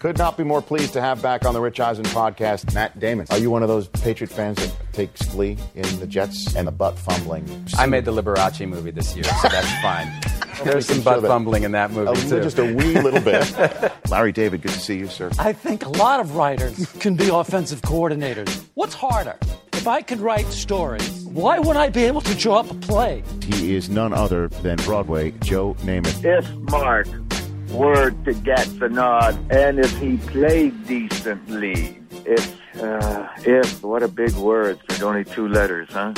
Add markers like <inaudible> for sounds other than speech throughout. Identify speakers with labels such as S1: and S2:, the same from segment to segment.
S1: Could not be more pleased to have back on the Rich Eisen podcast, Matt Damon. Are you one of those Patriot fans that takes glee in the Jets and the butt fumbling?
S2: I made the Liberace movie this year, so that's fine. There's some butt
S1: Sure that-
S2: fumbling in that movie,
S1: A-
S2: too.
S1: just a wee little bit. Larry David, good to see you, sir.
S3: I think a lot of writers can be offensive coordinators. What's harder? If I could write stories, why wouldn't I be able to draw up a play?
S1: He is none other than Broadway Joe Namath.
S4: If Mark were to get the nod, and if he played decently, if uh, if what a big word! There's only two letters,
S5: <laughs>
S4: huh?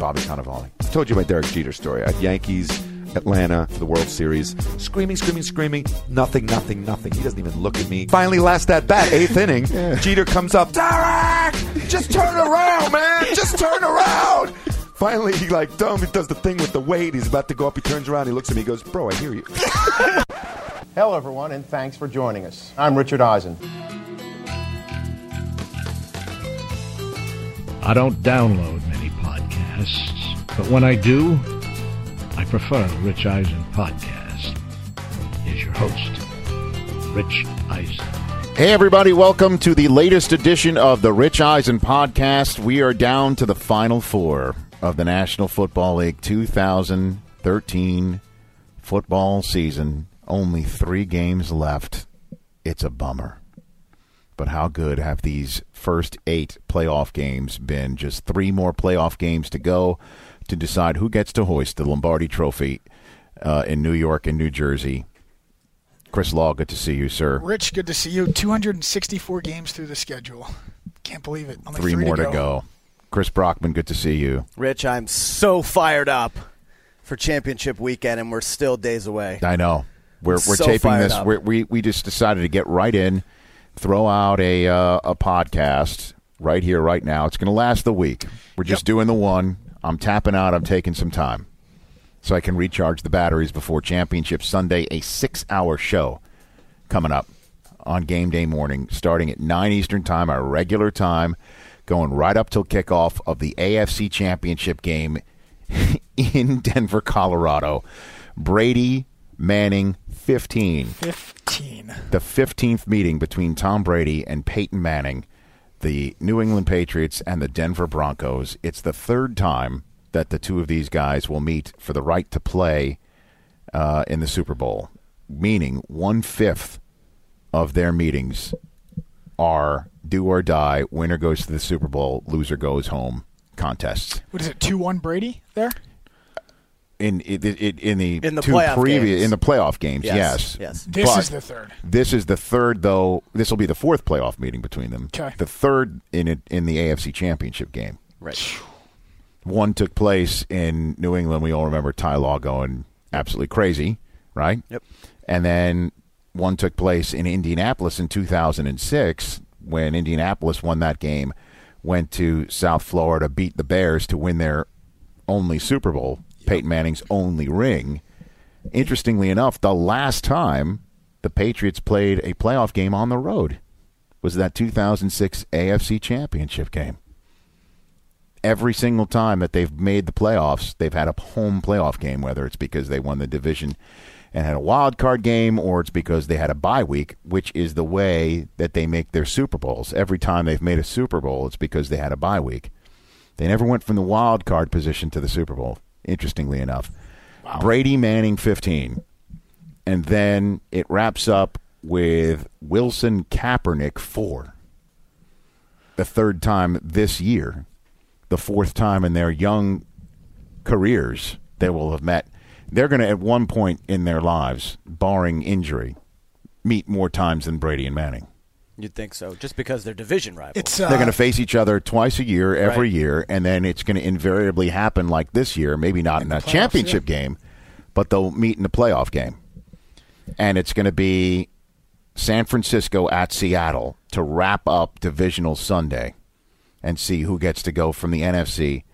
S6: Bobby Cannavale. I told you my Derek Jeter story. At Yankees, Atlanta, for the World Series, screaming, screaming, screaming, nothing, nothing, nothing. He doesn't even look at me. Finally, last at bat, eighth inning, Jeter comes up. Derek, just turn around, man, just turn around. Finally, he like, dumb, he does the thing with the weight. He's about to go up. He turns around. He looks at me. He goes, bro, I hear you.
S7: Hello, everyone, and thanks for joining us. I'm Richard Eisen.
S8: I don't download many podcasts, but when I do, I prefer the Rich Eisen podcast. Here's your host, Rich Eisen.
S1: Hey, everybody, welcome to the latest edition of the Rich Eisen podcast. We are down to the final four of the National Football League 2013 football season. Only three games left. It's a bummer. But how good have these first eight playoff games been? Just three more playoff games to go to decide who gets to hoist the Lombardi Trophy uh, in New York and New Jersey. Chris Law, good to see you, sir.
S9: Rich, good to see you. 264 games through the schedule. Can't believe it. Only
S1: three, more to go. Chris Brockman, good to see you.
S10: Rich, I'm so fired up for championship weekend, and we're still days away.
S1: I know we're
S10: I'm
S1: we're
S10: so
S1: taping
S10: fired
S1: this.
S10: up.
S1: We're, we we just decided to get right in, throw out a uh, a podcast right here, right now. It's going to last the week. We're just doing the one. I'm tapping out. I'm taking some time, so I can recharge the batteries before championship Sunday. A six hour show coming up on game day morning, starting at nine Eastern time, our regular time, going right up till kickoff of the AFC Championship game <laughs> in Denver, Colorado. Brady Manning 15.
S9: 15.
S1: The 15th meeting between Tom Brady and Peyton Manning, the New England Patriots and the Denver Broncos. It's the third time that the two of these guys will meet for the right to play uh, in the Super Bowl, meaning one fifth of their meetings are do or die, winner goes to the Super Bowl, loser goes home contests
S9: What is it? 2-1 Brady there?
S1: in it, it, it- in the
S10: In the
S1: two
S10: playoff
S1: previous
S10: games.
S1: in the playoff games. Yes,
S10: Yes, yes.
S9: This
S1: But
S9: is the third.
S1: This is the third, though. This will be the fourth playoff meeting between them.
S9: 'Kay.
S1: The third in it in the AFC Championship game.
S10: Right.
S1: One took place in New England. We all remember Ty Law going absolutely crazy, right?
S10: Yep.
S1: And then one took place in Indianapolis in 2006 when Indianapolis won that game, went to South Florida, beat the Bears to win their only Super Bowl, Peyton Manning's only ring. Interestingly enough, the last time the Patriots played a playoff game on the road was that 2006 AFC Championship game. Every single time that they've made the playoffs, they've had a home playoff game, whether it's because they won the division and had a wild card game or it's because they had a bye week, which is the way that they make their Super Bowls. Every time they've made a Super Bowl, it's because they had a bye week. They never went from the wild card position to the Super Bowl, interestingly enough. Brady Manning 15. And then it wraps up with Wilson Kaepernick 4. The third time this year, the fourth time in their young careers they will have met. They're going to, at one point in their lives, barring injury, meet more times than Brady and Manning.
S10: You'd think so, just because they're division rivals.
S9: It's uh,
S1: They're going to face each other twice a year, every
S10: Right.
S1: year, and then it's going to invariably happen like this year, maybe not in, a championship game, but they'll meet in a playoff game. And it's going to be San Francisco at Seattle to wrap up Divisional Sunday and see who gets to go from the NFC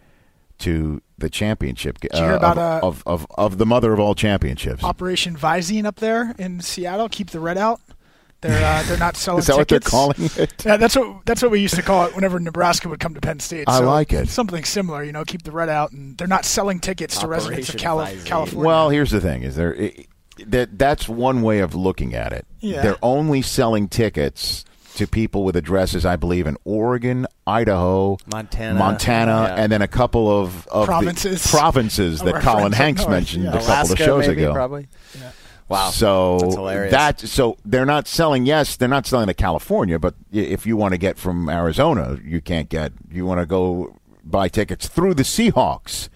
S1: to the championship
S9: you hear
S1: uh,
S9: about, uh,
S1: of, of, of, of the mother of all championships.
S9: Operation Visine up there in Seattle. Keep the red out. They're uh,
S1: <laughs>
S9: they're not selling.
S1: Is that what they're
S9: tickets.
S1: calling it?
S9: <laughs> Yeah, that's what that's what we used to call it whenever Nebraska would come to Penn State.
S1: I like it.
S9: Something similar, you know. Keep the red out, and they're not selling tickets to residents of
S10: Operation
S9: Cali-
S10: Visine.
S9: California.
S1: Well, here's the thing: is there that that's one way of looking at it.
S9: Yeah.
S1: They're only selling tickets to people with addresses, I believe, in Oregon, Idaho,
S10: Montana.
S1: Montana,
S10: Yeah.
S1: and then a couple of, of the
S9: Provinces. <laughs>
S1: provinces that
S9: Our
S1: Colin
S9: friends up
S1: Hanks
S9: north,
S1: mentioned
S9: yeah.
S1: a couple of
S10: Alaska,
S1: shows
S10: maybe,
S1: ago.
S10: probably. Wow.
S1: So
S10: That's hilarious.
S1: that- so they're not selling. Yes, they're not selling to California, but i- if you want to get from Arizona, you can't get. You want to go buy tickets through the Seahawks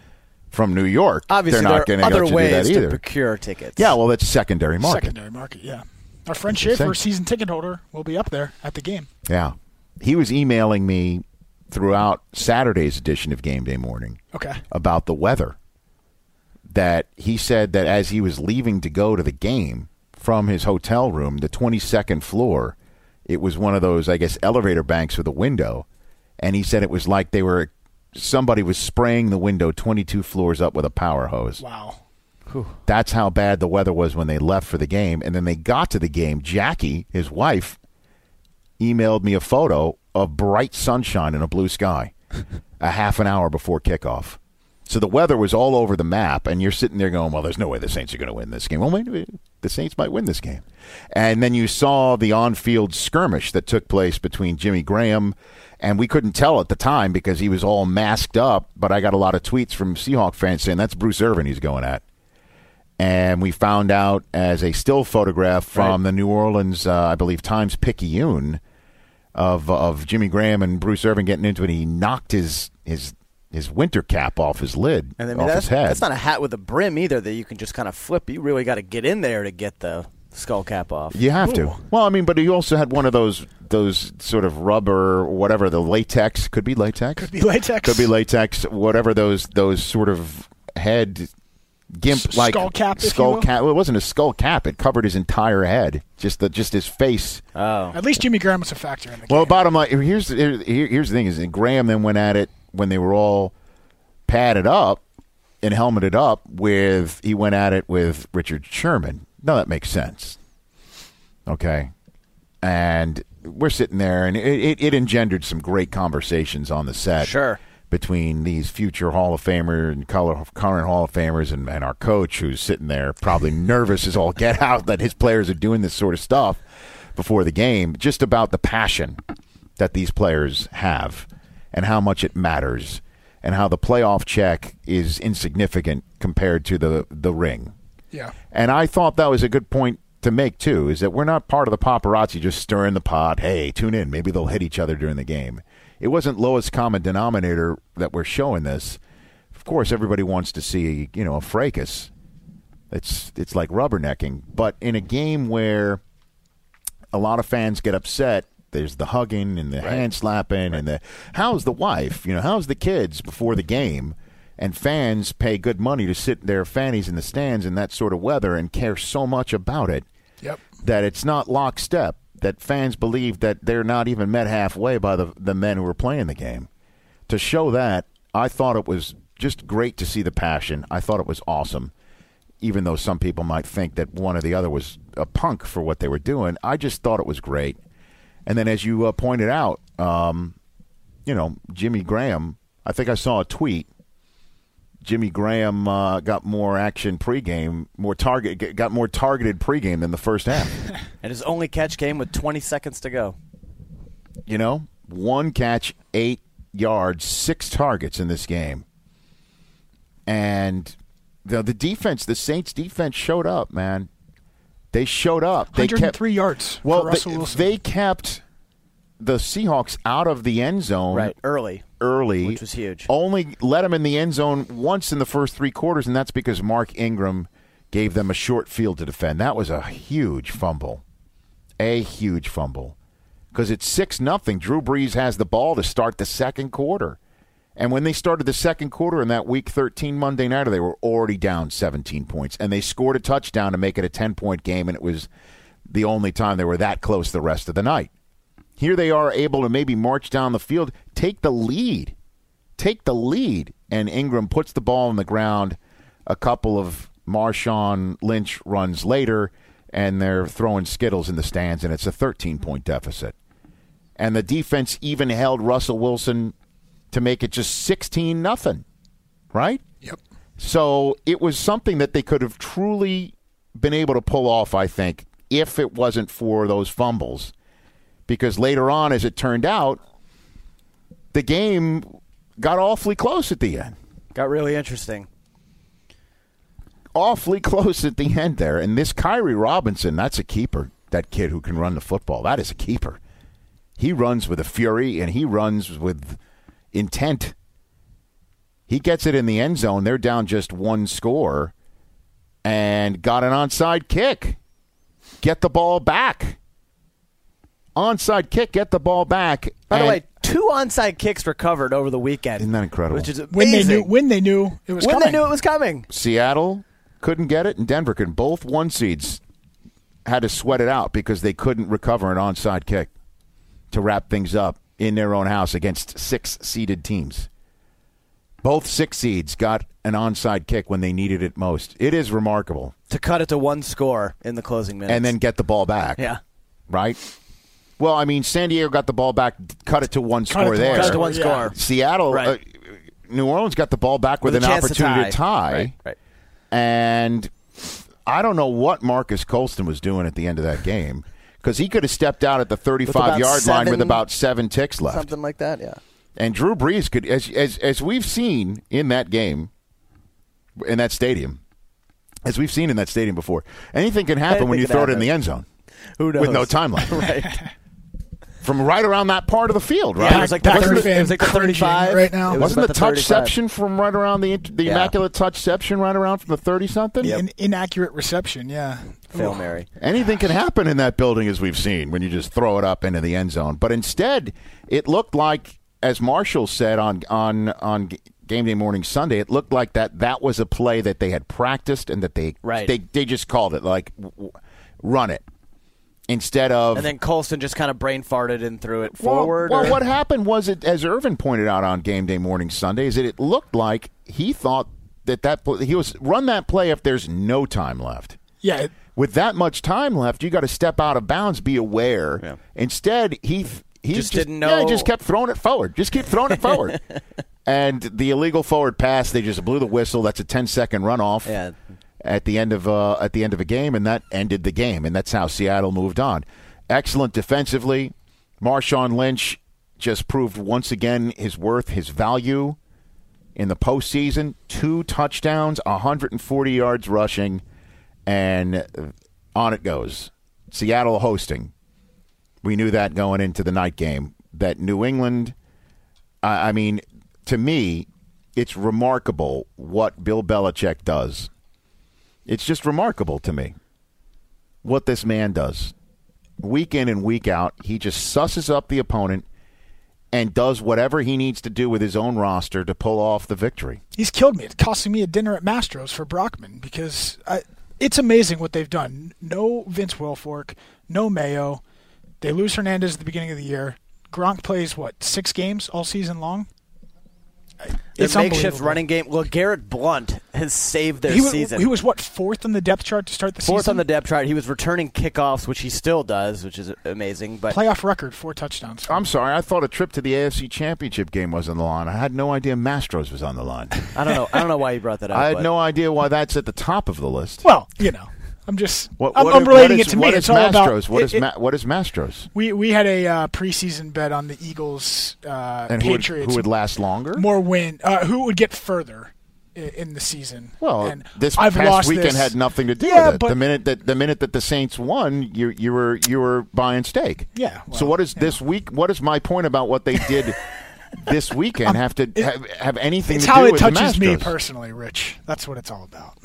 S1: from New York.
S10: Obviously,
S1: they're not
S10: there
S1: going
S10: are
S1: to
S10: other
S1: do that
S10: ways to
S1: either.
S10: procure tickets.
S1: yeah, well, that's secondary market.
S9: Secondary market, yeah. Our friend
S1: Interesting.
S9: Schaefer, season ticket holder, will be up there at the game.
S1: Yeah, he was emailing me throughout Saturday's edition of Game Day Morning
S9: Okay.
S1: about the weather. That he said that as he was leaving to go to the game from his hotel room, the 22nd floor, it was one of those, I guess, elevator banks with a window. And he said it was like they were, somebody was spraying the window 22 floors up with a power hose.
S9: Wow. <laughs>
S1: That's how bad the weather was when they left for the game. And then they got to the game. Jackie, his wife, emailed me a photo of bright sunshine and a blue sky <laughs> a half an hour before kickoff. So the weather was all over the map, and you're sitting there going, "Well, there's no way the Saints are going to win this game. Well, wait, a minute, the Saints might win this game." And then you saw the on-field skirmish that took place between Jimmy Graham, and we couldn't tell at the time because he was all masked up. But I got a lot of tweets from Seahawk fans saying that's Bruce Irvin he's going at and we found out as a still photograph from the New Orleans, uh, I believe, Times Picayune of of Jimmy Graham and Bruce Irvin getting into it. He knocked his his his winter cap off his lid,
S10: And I mean,
S1: off
S10: that's,
S1: his head.
S10: that's not a hat with a brim either that you can just kind of flip. You really got to get in there to get the skull cap off.
S1: you have to. Well, I mean, but he also had one of those those sort of rubber, whatever the latex could be latex,
S9: Be latex.
S1: could be latex, whatever those those sort of head gimp
S9: S-
S1: like
S9: skull cap, if you
S1: skull
S9: will.
S1: cap. Well, it wasn't a skull cap; it covered his entire head, just the just his face.
S9: At least Jimmy Graham was a factor in the
S1: Well,
S9: game.
S1: bottom line here's here, here's the thing is that Graham then went at it when they were all padded up and helmeted up with he went at it with Richard Sherman. Now that makes sense. Okay, and we're sitting there, and it, it, it engendered some great conversations on the set.
S10: Sure.
S1: Between these future Hall of Famer and color, current Hall of Famers, and, and our coach, who's sitting there probably nervous as all get out that his players are doing this sort of stuff before the game, just about the passion that these players have and how much it matters, and how the playoff check is insignificant compared to the, the ring.
S9: yeah.
S1: And I thought that was a good point to make too, is that we're not part of the paparazzi just stirring the pot. Hey, tune in. Maybe they'll hit each other during the game. It wasn't lowest common denominator that we're showing this. Of course, everybody wants to see you know a fracas. It's it's like rubbernecking, but in a game where a lot of fans get upset. There's the hugging and the hand slapping and the how's the wife? You know, how's the kids before the game? And fans pay good money to sit their fannies in the stands in that sort of weather and care so much about it
S9: Yep.
S1: that it's not lockstep. That fans believe that they're not even met halfway by the the men who are playing the game. To show that, I thought it was just great to see the passion. I thought it was awesome, even though some people might think that one or the other was a punk for what they were doing. I just thought it was great. And then, as you uh, pointed out, um, you know Jimmy Graham. I think I saw a tweet Jimmy Graham uh, got more action pregame, more target, g- got more targeted pregame than the first half.
S10: And his only catch came with 20 seconds to go.
S1: you know, one catch, eight yards, six targets in this game, and the the defense, the Saints defense showed up, man. They showed up. They kept
S9: 103 yards for
S1: Well,
S9: Russell
S1: they,
S9: Wilson.
S1: they kept the Seahawks out of the end zone
S10: Right. Early.
S1: early, Oh.
S10: Which was huge.
S1: Only let him in the end zone once in the first three quarters, and that's because Mark Ingram gave them a short field to defend. That was a huge fumble, a huge fumble, because it's six nothing. Drew Brees has the ball to start the second quarter, and when they started the second quarter in that Week 13 Monday nighter, they were already down 17 points, and they scored a touchdown to make it a 10 point game, and it was the only time they were that close the rest of the night. Here they are able to maybe march down the field, take the lead, take the lead, and Ingram puts the ball on the ground. A couple of Marshawn Lynch runs later, and they're throwing skittles in the stands, and it's a 13 point deficit. And the defense even held Russell Wilson to make it just 16 nothing, right?
S9: Yep.
S1: So it was something that they could have truly been able to pull off, I think, if it wasn't for those fumbles. Because later on, as it turned out, the game got awfully close at the end.
S10: Got really interesting.
S1: Awfully <laughs> close at the end there. And this Kyrie Robinson, that's a keeper. That kid who can run the football, that is a keeper. He runs with a fury and he runs with intent. He gets it in the end zone. They're down just one score and got an onside kick. Get the ball back. Onside kick, get the ball back.
S10: By the
S1: And-
S10: way, two onside kicks recovered over the weekend.
S1: Isn't that incredible?
S10: Which is amazing.
S9: When they knew, when they knew it was
S10: When
S9: coming.
S10: they knew it was coming.
S1: Seattle couldn't get it, and Denver could. Both one seeds had to sweat it out because they couldn't recover an onside kick to wrap things up in their own house against six seeded teams. Both six seeds got an onside kick when they needed it most. It is remarkable.
S10: to cut it to one score in the closing minutes.
S1: And then get the ball back.
S10: yeah,
S1: Right? Well, I mean, San Diego got the ball back, cut it to one
S9: it
S1: score
S9: to
S1: there.
S9: one
S10: cut it to one score.
S1: Seattle,
S10: Right.
S1: uh, New Orleans got the ball back with,
S10: With a
S1: an
S10: chance to
S1: opportunity
S10: tie.
S1: to tie.
S10: Right, right.
S1: And I don't know what Marcus Colston was doing at the end of that game because he could have stepped out at the 35
S10: about
S1: yard line with
S10: seven-
S1: about seven ticks left.
S10: something like that. Yeah,
S1: And Drew Brees could, as, as, as we've seen in that game, in that stadium, as we've seen in that stadium before, anything can happen when
S10: Anything
S1: you
S10: can
S1: throw it in
S10: happen.
S1: the end zone
S10: who knows?
S1: with no time left.
S10: <laughs> right?
S1: From right around that part of the field, right?
S10: Yeah, it was like the
S9: Back to
S10: thirty-
S9: the fan
S10: it was like the
S9: cringing
S10: thirty-five
S9: right now.
S10: It was
S1: Wasn't the,
S10: about the 35.
S1: touchception from right around the int- the
S10: Yeah.
S1: immaculate touchception right around from the thirty something?
S10: Yep.
S9: An inaccurate reception, yeah.
S10: Fail Mary.
S1: Anything can happen in that building, as we've seen when you just throw it up into the end zone. But instead, it looked like, as Marshall said on on on G- game day morning Sunday, it looked like that that was a play that they had practiced and that they
S10: Right.
S1: they they just called it like w- w- run it instead of
S10: And then Colston just kind of brain farted and threw it
S1: Well-
S10: forward.
S1: Well,
S10: or-
S1: what happened was it, as Irvin pointed out on game day morning Sunday, is that it looked like he thought that that pl- he was run that play if there's no time left.
S9: Yeah, it-
S1: With that much time left, you got to step out of bounds, be aware.
S10: Yeah.
S1: Instead, he th- he
S10: Just didn't
S1: Yeah, he
S10: know-
S1: just kept throwing it forward. Just keep throwing it forward. And the illegal forward pass, they just blew the whistle. That's a 10-second runoff
S10: Yeah.
S1: at the end of uh, at the end of a game, and that ended the game, and that's how Seattle moved on. Excellent defensively, Marshawn Lynch just proved once again his worth, his value in the postseason. Two touchdowns, 140 yards rushing, and on it goes. Seattle hosting. We knew that going into the night game. That New England, I, I mean, to me, it's remarkable what Bill Belichick does. It's just remarkable to me what this man does. Week in and week out, he just susses up the opponent and does whatever he needs to do with his own roster to pull off the victory.
S9: he's killed me. It's costing me a dinner at Mastro's for Brockman because I, it's amazing what they've done. No Vince Wilfork, no Mayo. They lose Hernandez at the beginning of the year. Gronk plays what six games all season long.
S10: their
S9: It's
S10: makeshift
S9: unbelievable.
S10: running game. Well, Garrett Blunt has saved their
S9: He was,
S10: season.
S9: he was what fourth on the depth chart to start the
S10: fourth
S9: season.
S10: on the depth chart. He was returning kickoffs, which he still does, which is amazing. But
S9: playoff record, four touchdowns.
S1: I'm sorry, I thought a trip to the AFC Championship game was on the line. I had no idea Mastros was on the line.
S10: I don't know. I don't know why you brought that up.
S1: I had
S10: but-
S1: no idea why that's at the top of the list.
S9: Well, you know, I'm just
S1: What-
S9: I'm,
S1: what
S9: I'm
S1: is- what
S9: relating it
S1: is-
S9: to me.
S1: What is
S9: it's all about
S1: Mastros? What
S9: it-
S1: is
S9: it-
S1: Ma- what is Mastros?
S9: we we had a uh, preseason bet on the Eagles uh,
S1: And who would,
S9: Patriots
S1: who would last longer?
S9: more win uh, who would get further i- in the season.
S1: Well,
S9: and
S1: this
S9: I've
S1: past
S9: lost
S1: weekend
S9: this.
S1: had nothing to do
S9: Yeah,
S1: with it.
S9: but-
S1: the minute that the minute that the Saints won, you you were you were buying steak.
S9: Yeah,
S1: so
S9: well,
S1: what is this week? What is my point about what they
S9: <laughs>
S1: did this weekend? Have to have, have anything?
S9: It's
S1: to
S9: how
S1: do
S9: it
S1: with
S9: touches
S1: the
S9: me
S1: Mastros?
S9: personally, Rich. That's what it's all about.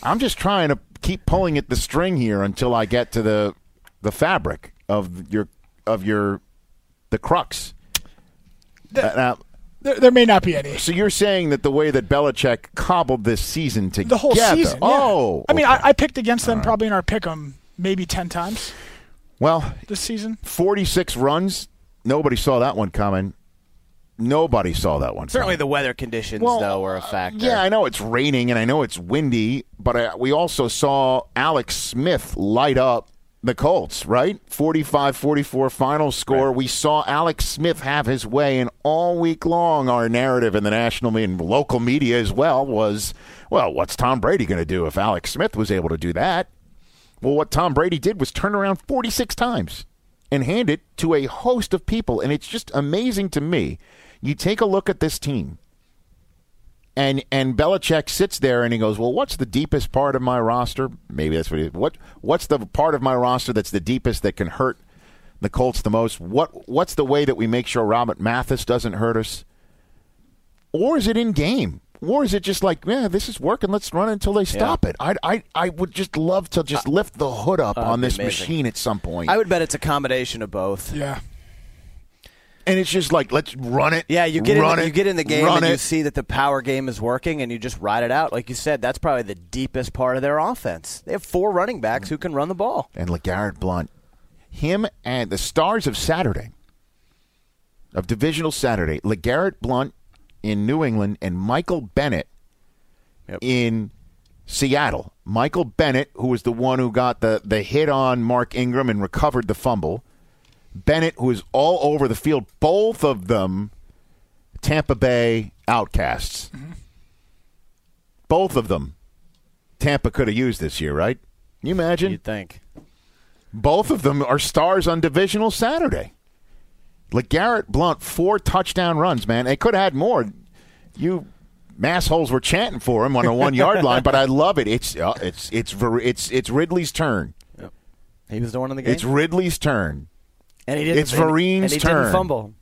S1: I'm just trying to keep pulling at the string here until I get to the the fabric of your of your the crux. Uh, now,
S9: There, there may not be any.
S1: so you're saying that the way that Belichick cobbled this season together,
S9: The whole season. yeah.
S1: Oh,
S9: I mean,
S1: okay.
S9: I, I picked against them probably in our pick 'em maybe ten times
S1: well,
S9: this season.
S1: 46 runs. Nobody saw that one coming. Nobody saw that one.
S10: Certainly,
S1: coming.
S10: the weather conditions though were a factor.
S1: uh, Yeah, I know it's uh, raining and I know it's windy, but I, we also saw Alex Smith light up the Colts, right? 45-44 final score. We saw Alex Smith have his way, and all week long, our narrative in the national me- and local media as well was, well, what's Tom Brady going to do if Alex Smith was able to do that? Well, what Tom Brady did was turn around 46 times and hand it to a host of people, and it's just amazing to me. You take a look at this team and and Belichick sits there and he goes, "Well, what's the deepest part of my roster? Maybe that's what he, what what's the part of my roster that's the deepest that can hurt the Colts the most? What what's the way that we make sure Robert Mathis doesn't hurt us? Or is it in game? Or is it just like, yeah, this is working. Let's run until they stop it. I, I I would just love to just lift the hood up on
S10: Uh, be
S1: this
S10: amazing.
S1: machine at some point.
S10: I would bet it's a combination of both.
S9: Yeah.
S1: and it's just like, let's run it.
S10: Yeah, you get in
S1: run
S10: the,
S1: it,
S10: you get in the game
S1: run
S10: and you
S1: it.
S10: see that the power game is working and you just ride it out. Like you said, that's probably the deepest part of their offense. They have four running backs who can run the ball.
S1: and LeGarrette Blunt. Him and the stars of Saturday, of Divisional Saturday, LeGarrette Blunt in New England and Michael Bennett
S10: Yep.
S1: in Seattle. Michael Bennett, who was the one who got the, the hit on Mark Ingram and recovered the fumble. Bennett, who is all over the field, both of them Tampa Bay outcasts. Both of them Tampa could have used this year, right? Can you imagine?
S10: You'd think.
S1: Both of them are stars on divisional Saturday. LeGarrette Blunt, four touchdown runs, man. They could have had more. You massholes were chanting for him on the one yard line, but I love it. It's uh, it's it's Ver- it's it's Ridley's turn.
S10: He was the one in the game.
S1: It's Ridley's turn.
S10: and he didn't,
S1: it's Vereen's
S10: and he
S1: turn.
S10: Didn't fumble.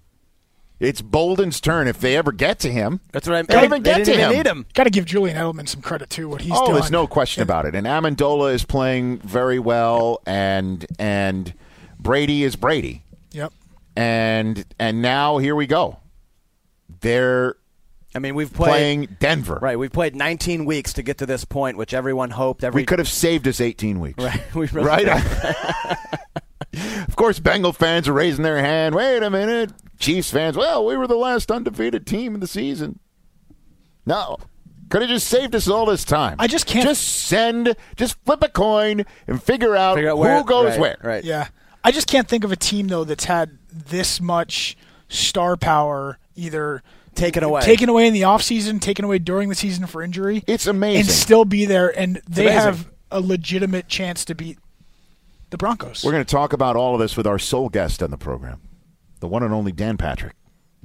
S1: It's Bolden's turn if they ever get to him.
S10: That's what I'm.
S1: Don't even
S10: they
S1: get
S10: didn't
S1: to
S10: even
S1: him.
S10: need him.
S9: Got to give Julian Edelman some credit too. What he's
S1: oh,
S9: done.
S1: there's no question about it. And Amendola is playing very well, and and Brady is Brady.
S9: Yep.
S1: And and now here we go. They're
S10: I mean, we've played
S1: playing Denver.
S10: right. We've played 19 weeks to get to this point, which everyone hoped. Every
S1: We could have saved us 18 weeks.
S10: <laughs> Right, <laughs> we
S1: <laughs>
S10: really
S1: Right? <laughs> of course, Bengal fans are raising their hand. Wait a minute. Chiefs fans, well, we were the last undefeated team in the season. No. Could have just saved us all this time.
S9: I just can't-
S1: Just send, just flip a coin and figure out,
S10: figure out
S1: who goes
S10: right,
S1: where.
S10: Right.
S9: Yeah. I just can't think of a team though that's had this much star power either
S10: Taken away.
S9: taken away in the offseason, taken away during the season for injury.
S1: It's amazing.
S9: And still be there and they
S10: amazing.
S9: have a legitimate chance to beat the Broncos.
S1: We're going to talk about all of this with our sole guest on the program, the one and only Dan Patrick,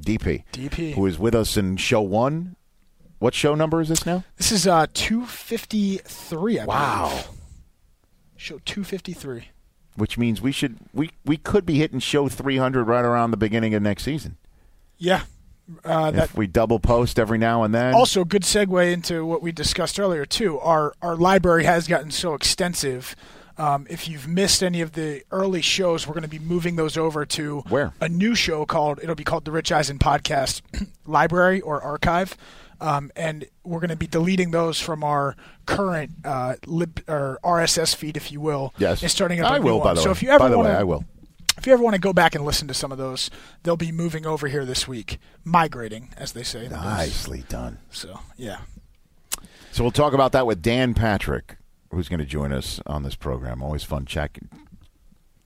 S1: DP.
S9: DP.
S1: Who is with us in show one. What show number is this now?
S9: this is uh 253, I
S1: Wow.
S9: believe. Show 253.
S1: which means we should we we could be hitting show 300 right around the beginning of next season
S9: Yeah. Uh, that
S1: if we double post every now and then.
S9: also good segue into what we discussed earlier too. Our our library has gotten so extensive. Um, if you've missed any of the early shows, we're going to be moving those over to
S1: Where?
S9: a new show called it'll be called the Rich Eisen Podcast <clears throat> Library or Archive, um, and we're going to be deleting those from our current uh, lib, or RSS feed, if you will.
S1: yes,
S9: and starting up. a
S1: I
S9: new
S1: will. By
S9: one.
S1: the way,
S9: so if you ever
S1: by the
S9: wanna,
S1: way, I will.
S9: If you ever want to go back and listen to some of those, they'll be moving over here this week, migrating as they say. in the biz.
S1: Nicely done.
S9: So yeah.
S1: So we'll talk about that with Dan Patrick, who's going to join us on this program. Always fun checking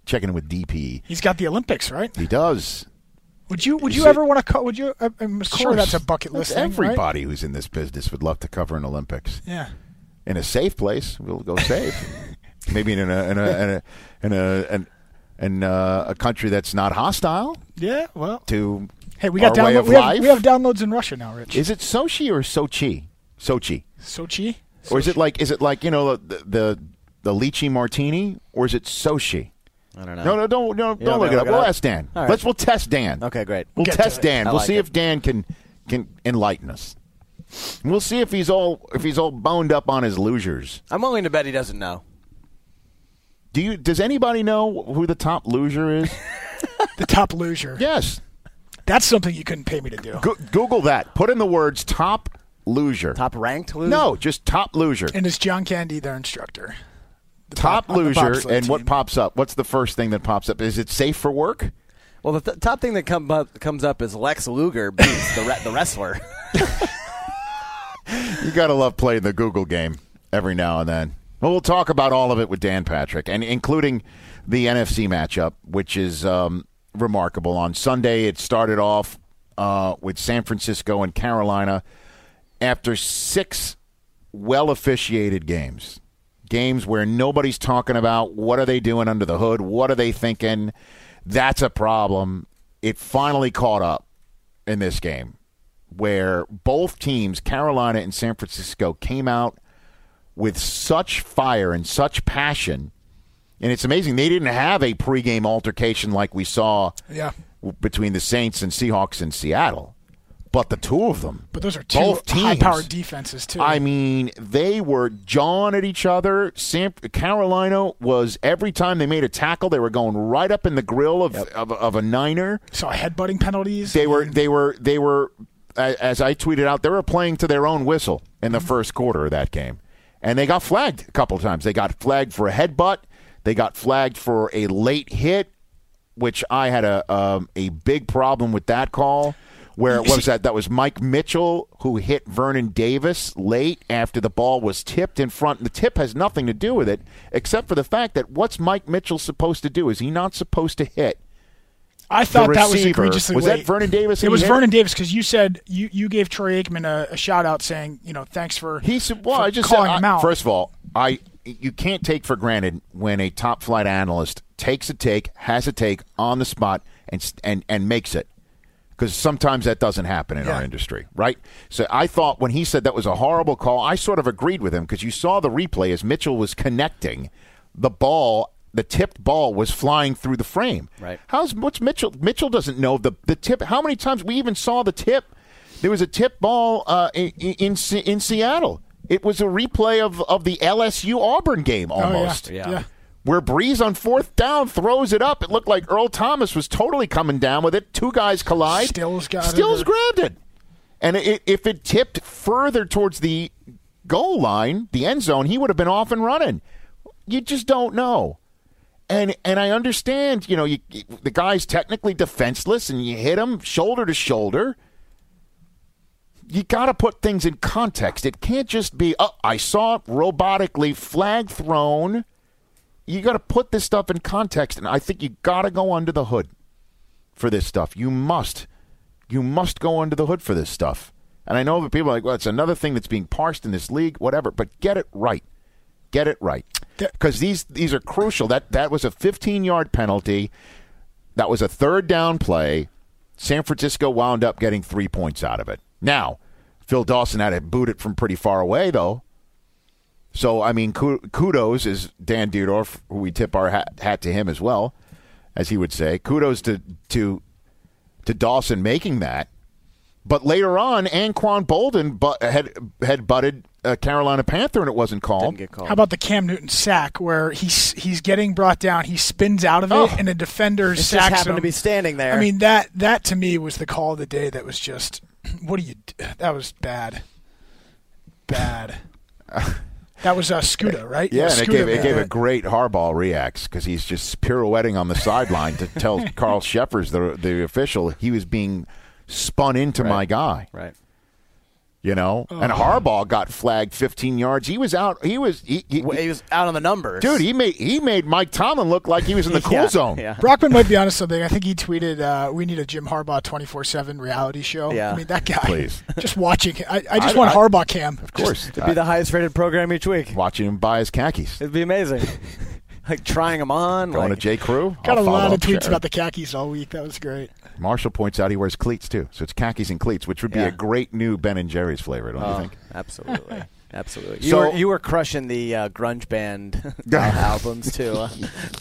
S1: checking in with DP.
S9: He's got the Olympics, right?
S1: He does.
S9: Would you Would
S1: Is
S9: you
S1: it-
S9: ever want to? Co- would you? I- I'm
S1: Of
S9: sure that's a
S1: course.
S9: bucket list.
S1: That's
S9: thing, right?
S1: everybody who's in this business would love to cover an Olympics
S9: Yeah.
S1: in a safe place. We'll go safe. Maybe in a in a in a in a, in, in uh, a country that's not hostile
S9: Yeah. Well.
S1: to
S9: Hey, we got
S1: our way
S9: downloads.
S1: of
S9: We have,
S1: life.
S9: we have downloads in Russia now, Rich.
S1: Is it Sochi or Sochi? Sochi,
S9: Sochi?
S1: or is it like is it like you know the the, the lychee martini, or is it Sochi?
S10: I don't know.
S1: No, no, don't no, don't look it
S10: me to
S1: up.
S10: look it
S1: We'll
S10: up?
S1: ask Dan.
S10: All right.
S1: Let's we'll test Dan.
S10: Okay, great.
S1: We'll
S9: Get
S1: test
S9: to it.
S1: Dan.
S10: I
S1: We'll
S10: like
S1: see
S10: it.
S1: if Dan can can enlighten us. And We'll see if he's all if he's all boned up on his losers.
S10: I'm willing to bet he doesn't know.
S1: Do you? Does anybody know who the top loser
S9: <laughs>
S1: is?
S9: The top loser.
S1: yes.
S9: That's something you couldn't pay me to do.
S1: Go- Google that. Put in the words "top loser."
S10: Top ranked loser.
S1: No, just top loser.
S9: And it's John Candy, their instructor.
S1: top
S9: on the
S1: loser.
S9: bobsled
S1: And what
S9: team.
S1: pops up? What's the first thing that pops up? Is it safe for work?
S10: Well, the th- top thing that come up, comes up is Lex Luger beats the re-
S1: <laughs>
S10: the wrestler.
S1: You got to love playing the Google game every now and then. Well, we'll talk about all of it with Dan Patrick, and including the NFC matchup, which is um, remarkable. On Sunday, it started off uh, with San Francisco and Carolina after six well officiated games, games where nobody's talking about what are they doing under the hood, what are they thinking. That's a problem. It finally caught up in this game where both teams, Carolina and San Francisco, came out with such fire and such passion. And it's amazing they didn't have a pregame altercation like we saw
S9: Yeah.
S1: w- between the Saints and Seahawks in Seattle. But the two of them,
S9: But those are two
S1: both teams,
S9: high-powered defenses, too.
S1: I mean, they were jawing at each other. Sam, Carolina was every time they made a tackle, they were going right up in the grill of of, of a Niner.
S9: Saw headbutting penalties.
S1: They were they were they were a- as I tweeted out, they were playing to their own whistle in the first quarter of that game. And they got flagged a couple times. They got flagged for a headbutt. They got flagged for a late hit, which I had a um, a big problem with that call. Where what was that? That was Mike Mitchell who hit Vernon Davis late after the ball was tipped in front. The tip has nothing to do with it, except for the fact that what's Mike Mitchell supposed to do? Is he not supposed to hit?
S9: I thought that was
S1: receiver.
S9: egregiously
S1: Was that
S9: late.
S1: Vernon Davis
S9: It
S1: who
S9: was
S1: hit
S9: Vernon
S1: it?
S9: Davis because you said you, you gave Troy Aikman a, a shout out saying you know thanks for
S1: He said, "Well,
S9: for
S1: I just said,
S9: calling
S1: I-
S9: him out."
S1: First of all, I you can't take for granted when a top flight analyst takes a take, has a take on the spot, and s- and and makes it because sometimes that doesn't happen in our industry, right? So I thought when he said that was a horrible call, I sort of agreed with him because you saw the replay as Mitchell was connecting the ball. The tipped ball was flying through the frame.
S10: Right.
S1: How's what's Mitchell? Mitchell doesn't know the the tip. How many times we even saw the tip? There was a tip ball uh, in, in Se- in Seattle. It was a replay of of the LSU Auburn game
S9: Oh, yeah.
S1: almost
S9: yeah.
S10: Yeah.
S1: where Breeze on fourth down throws it up. It looked like Earl Thomas was totally coming down with it. Two guys collide.
S9: Stills got it
S1: Stills
S9: or-
S1: grabbed it. And it, if it tipped further towards the goal line, the end zone, he would have been off and running. You just don't know. And and I understand, you know, you, the guy's technically defenseless, and you hit him shoulder to shoulder. You got to put things in context. It can't just be, oh, I saw robotically flag thrown you got to put this stuff in context, and I think you got to go under the hood for this stuff. You must, you must go under the hood for this stuff. And I know that people are like, well, it's another thing that's being parsed in this league, whatever. But get it right, get it right,
S9: There-
S1: because these these are crucial. That that was a 15 yard penalty. That was a third down play. San Francisco wound up getting three points out of it. Now, Phil Dawson had to boot it from pretty far away, though. So I mean, ku- kudos is Dan Dudorf, who we tip our hat, hat to him as well, as he would say. Kudos to to to Dawson making that. But later on, Anquan Bolden but, had had butted a Carolina Panther, and it wasn't called.
S10: Didn't get called.
S9: How about the Cam Newton sack where he's he's getting brought down, he spins out of it,
S1: Oh.
S9: and a defender
S10: It just
S9: sacks
S10: happened
S9: him.
S10: to be standing there.
S9: I mean that that to me was the call of the day. That was just <clears throat> what do you? d- That was bad, bad. that was uh, Scuda, right?
S1: Yeah, and
S9: Scuda
S1: it gave, it
S9: made
S1: gave a
S9: that.
S1: great Harbaugh reacts because he's just pirouetting on the sideline to
S10: <laughs>
S1: tell Carl Sheffers, the the official, he was being spun into my guy.
S10: Right. Oh.
S1: You know, and Harbaugh got flagged 15 yards. He was out. He was he, he,
S10: Well, He was out on the numbers.
S1: Dude, he made he made Mike Tomlin look like he was in
S10: <laughs>
S1: the cool
S10: Yeah,
S1: zone.
S10: Yeah.
S9: Brockman might be onto something. I think he tweeted, uh, "We need a Jim Harbaugh twenty four seven reality show."
S10: Yeah.
S9: I mean that guy.
S1: Please.
S9: <laughs> just watching. I, I just
S1: I-
S9: want
S1: I-
S9: Harbaugh cam. Of
S1: Of course.
S10: It'd be
S1: Uh,
S10: the highest rated program each week.
S1: watching him buy his khakis.
S10: It'd
S1: <laughs>
S10: be amazing. like trying them on.
S1: Going to
S10: like,
S1: J. Crew.
S9: Got
S1: I'll
S9: a lot
S1: follow
S9: of
S1: up,
S9: tweets
S1: Jared.
S9: about the khakis all week. That was great.
S1: Marshall points out he wears cleats too, so it's khakis and cleats, which would be
S10: Yeah. Oh,
S1: a great new Ben and Jerry's flavor, don't you think? <laughs>
S10: Absolutely. Absolutely. You,
S1: So- <laughs>
S10: were, you were crushing the uh, grunge band uh, albums too. <laughs>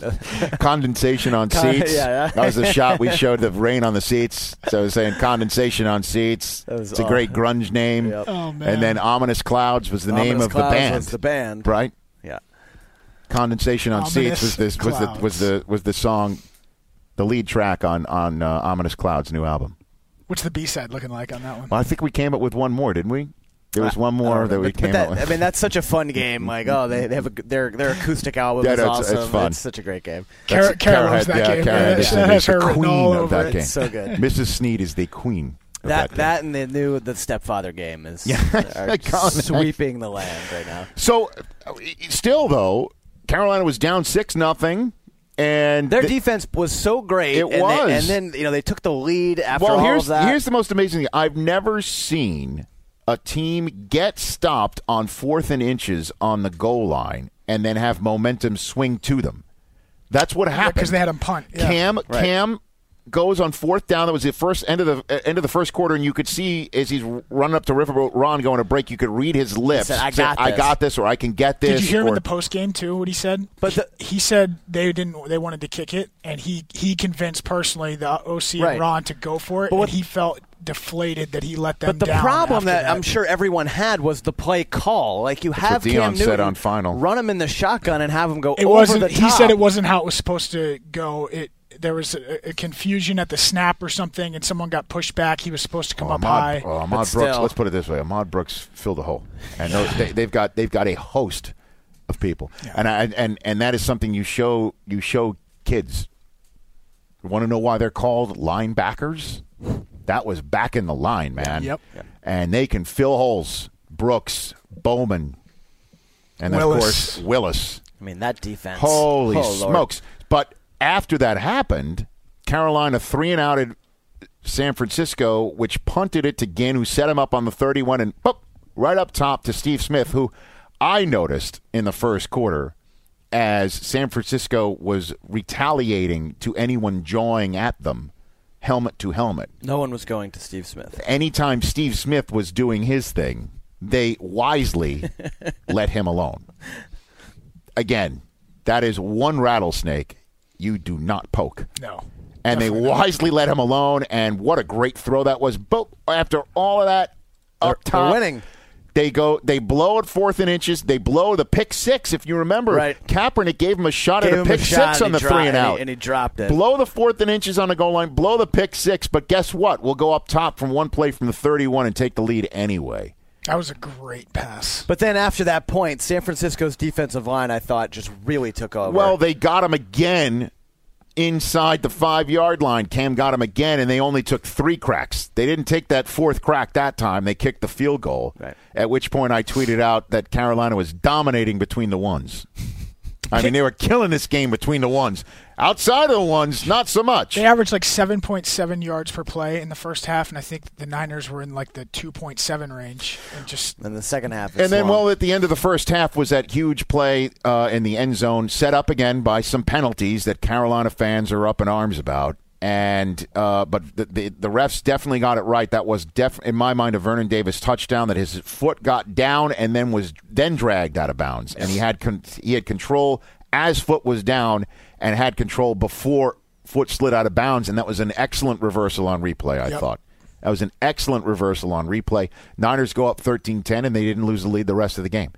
S10: Uh,
S1: Condensation on
S10: Con-
S1: seats.
S10: yeah, yeah.
S1: that was the shot
S10: <laughs>
S1: we showed the rain on the seats. So I was saying condensation on seats.
S10: That was
S1: it's a great
S10: aw-
S1: grunge name.
S10: Yep.
S9: Oh, man.
S1: And then ominous clouds was the name
S10: Ominous
S1: of
S10: Clouds
S1: the band.
S10: was the band.
S1: right?
S10: Yeah.
S1: condensation on seats
S9: Ominous
S1: was this was the was
S9: Clouds.
S1: the was the song the lead track on on uh, ominous clouds new album
S9: What's the B side looking like on that one?
S1: well i think we came up with one more didn't we there was one
S10: I
S1: more
S10: don't
S1: that
S10: know,
S1: we
S10: Uh, oh, but- but
S1: came
S10: that-
S1: up with
S10: I mean, that's such a fun
S1: <laughs>
S10: game. Like, oh, they, they have a, g- their their acoustic album
S1: Yeah,
S10: is
S1: no, it's-
S10: awesome.
S1: it's fun.
S10: such a great game.
S9: Kara, Kara
S1: Cowhead,
S9: loves that
S1: yeah,
S9: game.
S1: Cowhead, Mrs.
S9: That- that
S1: Sneed
S9: has
S1: is
S9: her
S1: the
S9: written
S1: queen
S9: all
S1: of
S9: over
S1: that
S9: it.
S1: game.
S10: So good.
S1: mrs sneed is the queen of
S10: That
S1: that, game.
S10: that and the new the stepfather game is
S1: <laughs>
S10: are
S1: Colin,
S10: sweeping the
S1: <laughs>
S10: land right now.
S1: so uh, still though carolina was down six nothing and
S10: Their
S1: th-
S10: defense was so great.
S1: It
S10: and they-
S1: was.
S10: and then you know they took the lead after
S1: well,
S10: all
S1: here's
S10: of that.
S1: here's the most amazing thing. I've never seen a team get stopped on fourth and inches on the goal line and then have momentum swing to them. That's what happened
S9: because they had him punt. Yeah.
S1: Cam Cam goes on fourth down. That was the first end of the uh, end of the first quarter, and you could see as he's running up to Riverboat Ron going to break. You could read his lips.
S10: said, "I
S1: Say,
S10: got
S1: I
S10: this."
S1: got this, or I can get this.
S9: Did you hear him
S1: or-
S9: in the post game too? What he said?
S10: But the-
S9: he said they didn't. They wanted to kick it, and he he convinced personally the OC
S10: Right.
S9: and Ron to go for it,
S10: But
S9: but
S10: what-
S9: he felt deflated that he let them.
S10: But the
S9: down
S10: problem
S9: after
S10: that,
S9: that
S10: I'm sure everyone had was the play call. Like you
S1: what
S10: have
S1: Dion
S10: Cam
S1: said
S10: Newton
S1: on final.
S10: run him in the shotgun and have him go
S9: it
S10: over
S9: wasn't.
S10: the
S9: He
S10: top.
S9: said it wasn't how it was supposed to go. It there was a, a confusion at the snap or something, and someone got pushed back. He was supposed to come up high.
S1: Ahmad, oh, Ahmad Brooks.
S10: But still.
S1: Let's put it this way: Ahmad Brooks filled a hole, and those, they, they've got they've got a host of people, and I, and and that is something you show you show kids. You want to know why they're called linebackers? That was back in the line, man.
S9: Yep. Yeah.
S1: And they can fill holes. Brooks, Bowman, and then, of
S9: Willis.
S1: course Willis.
S10: I mean that defense.
S1: Holy
S10: Oh, Lord.
S1: smokes! But after that happened, Carolina three and outed San Francisco, which punted it to Ginn, who set him up on the 31 and boop, right up top to Steve Smith, who I noticed in the first quarter as San Francisco was retaliating to anyone jawing at them, helmet to helmet
S10: No one was going to Steve Smith.
S1: anytime Steve Smith was doing his thing, they wisely let him alone. Again, that is one rattlesnake you do not poke.
S9: No.
S1: And they wisely let him alone, and what a great throw that was. But after all of that, up
S10: They're- they're
S1: top,
S10: winning.
S1: They go, they blow it fourth and inches. They blow the pick six, if you remember.
S10: Right.
S1: Kaepernick gave him a shot
S10: Gave
S1: at a
S10: him a
S1: pick
S10: shot,
S1: six
S10: and
S1: on
S10: he
S1: the
S10: dro-
S1: three and
S10: and he-
S1: out,
S10: and he dropped it.
S1: Blow the fourth and inches on the goal line. Blow the pick six. But guess what? We'll go up top from one play from the thirty-one and take the lead anyway.
S9: That was a great pass.
S10: But then after that point, San Francisco's defensive line, I thought, just really took over.
S1: Well, they got him again inside the five yard line. Cam got him again, and they only took three cracks. They didn't take that fourth crack that time. They kicked the field goal.
S10: Right.
S1: At which point, I tweeted out that Carolina was dominating between the ones. <laughs> I mean, they were killing this game between the ones. Outside of the ones, not so much.
S9: They averaged like 7.7 yards per play in the first half, and I think the Niners were in like the 2.7 range. And just
S10: in the second half, it
S1: And then,
S10: swung.
S1: well, at the end of the first half was that huge play uh, in the end zone, set up again by some penalties that Carolina fans are up in arms about. And uh, but the, the the refs definitely got it right. That was def in my mind a Vernon Davis touchdown that his foot got down and then was then dragged out of bounds, and he had con- he had control as foot was down and had control before foot slid out of bounds, and that was an excellent reversal on replay. I thought. That was an excellent reversal on replay. Niners go up 13-10 and they didn't lose the lead the rest of the game.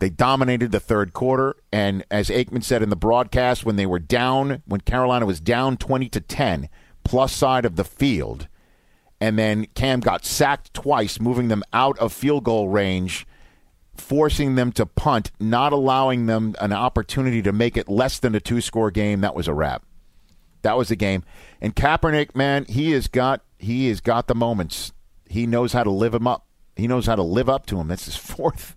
S1: They dominated the third quarter and as Aikman said in the broadcast when they were down when Carolina was down 20 to 10 plus side of the field and then Cam got sacked twice moving them out of field goal range forcing them to punt not allowing them an opportunity to make it less than a two score game that was a wrap. That was the game. And Kaepernick, man, he has got he has got the moments. He knows how to live him up. He knows how to live up to him. That's his <laughs> fourth.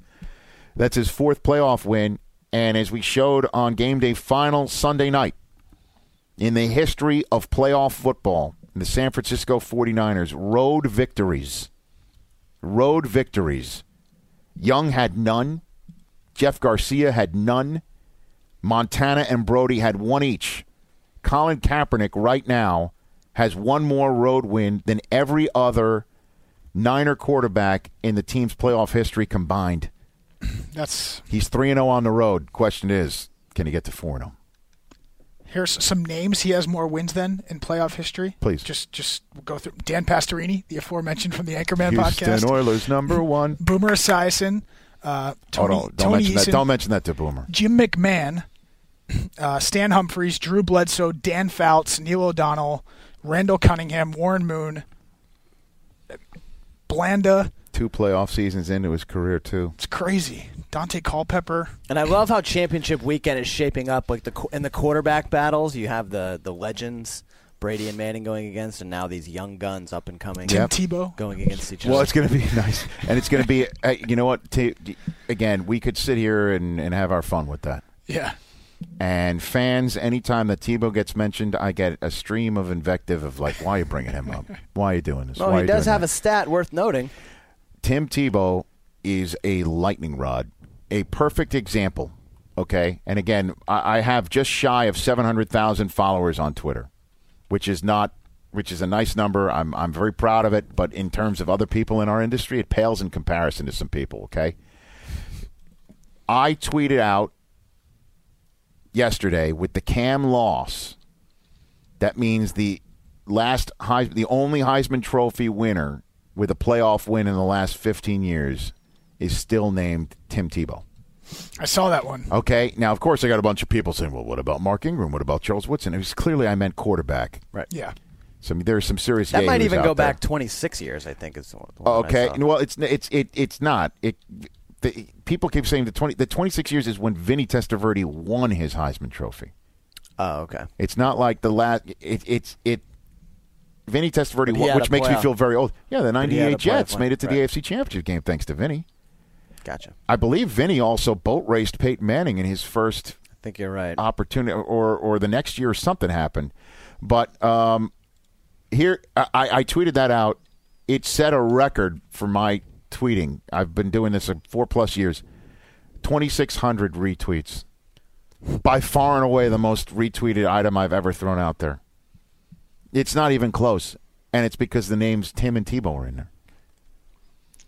S1: That's his fourth playoff win. And as we showed on game day final Sunday night, in the history of playoff football, the San Francisco 49ers road victories. Road victories. Young had none. Jeff Garcia had none. Montana and Brody had one each. Colin Kaepernick right now has one more road win than every other Niner quarterback in the team's playoff history combined.
S9: that's
S1: He's 3 0 on the road. Question is, can he get to oh? 4 0?
S9: here's some names he has more wins than in playoff history.
S1: Please.
S9: just just go through Dan Pastorini, the aforementioned from the Anchorman
S1: Houston
S9: podcast.
S1: Oilers number one.
S9: Boomer Esiason, uh,
S1: Oh,
S9: <laughs> Tony,
S1: no, don't
S9: Tony
S1: mention that.
S9: Eason,
S1: Don't mention that to Boomer.
S9: Jim McMahon, uh, Stan Humphries, Drew Bledsoe, Dan Fouts, Neil O'Donnell, Randall Cunningham, Warren Moon, Blanda.
S1: Two playoff seasons into his career, too.
S9: It's crazy. Dante Culpepper.
S10: and I love how championship weekend is shaping up. Like the qu- in the quarterback battles, you have the the legends. Brady and Manning going against, and now these young guns up and coming.
S9: Tim Tebow.
S10: going against each other.
S1: Well, it's going to be <laughs> nice. And it's going to be, uh, you know what? T- again, we could sit here and, and have our fun with that.
S9: Yeah.
S1: And fans, anytime that Tebow gets mentioned, I get a stream of invective of like, why are you bringing him up? Why are you doing this?
S10: Well,
S1: why are
S10: he
S1: you
S10: does
S1: doing
S10: have
S1: that?
S10: a stat worth noting.
S1: Tim Tebow is a lightning rod, a perfect example. Okay, and again, I, I have just shy of seven hundred thousand followers on Twitter, which is not, which is a nice number. I'm I'm very proud of it, but in terms of other people in our industry, it pales in comparison to some people. Okay, I tweeted out yesterday with the Cam loss. That means the last Heis- the only Heisman Trophy winner with a playoff win in the last 15 years is still named Tim Tebow.
S9: I saw that one.
S1: Okay, now of course I got a bunch of people saying, "Well, what about Mark Ingram? What about Charles Woodson?" It was clearly I meant quarterback. Right.
S9: Yeah.
S1: So I mean, there's some serious.
S10: That might
S1: yahoos
S10: even go
S1: out there.
S10: back 26 years, I think. Is the one I
S1: Okay.
S10: saw.
S1: Well, it's it's it, it's not. It the, people keep saying the 20 the 26 years is when Vinny Testaverde won his Heisman Trophy.
S10: Oh, okay.
S1: It's not like the last. It, it's it. Vinny Testaverde,
S10: he
S1: won,
S10: had
S1: which
S10: a
S1: makes me
S10: playoff.
S1: feel very old. Yeah, the
S10: he had a
S1: '98 Jets
S10: playoff
S1: made it to the
S10: win, right.
S1: AFC Championship game thanks to Vinny.
S10: Gotcha.
S1: I believe Vinny also boat raced Peyton Manning in his first
S10: I think you're right.
S1: opportunity, or or the next year something happened. But um, here, I, I tweeted that out. It set a record for my tweeting. I've been doing this for four plus years. Twenty six hundred retweets. By far and away the most retweeted item I've ever thrown out there. It's not even close, and it's because the names Tim and Tebow are in there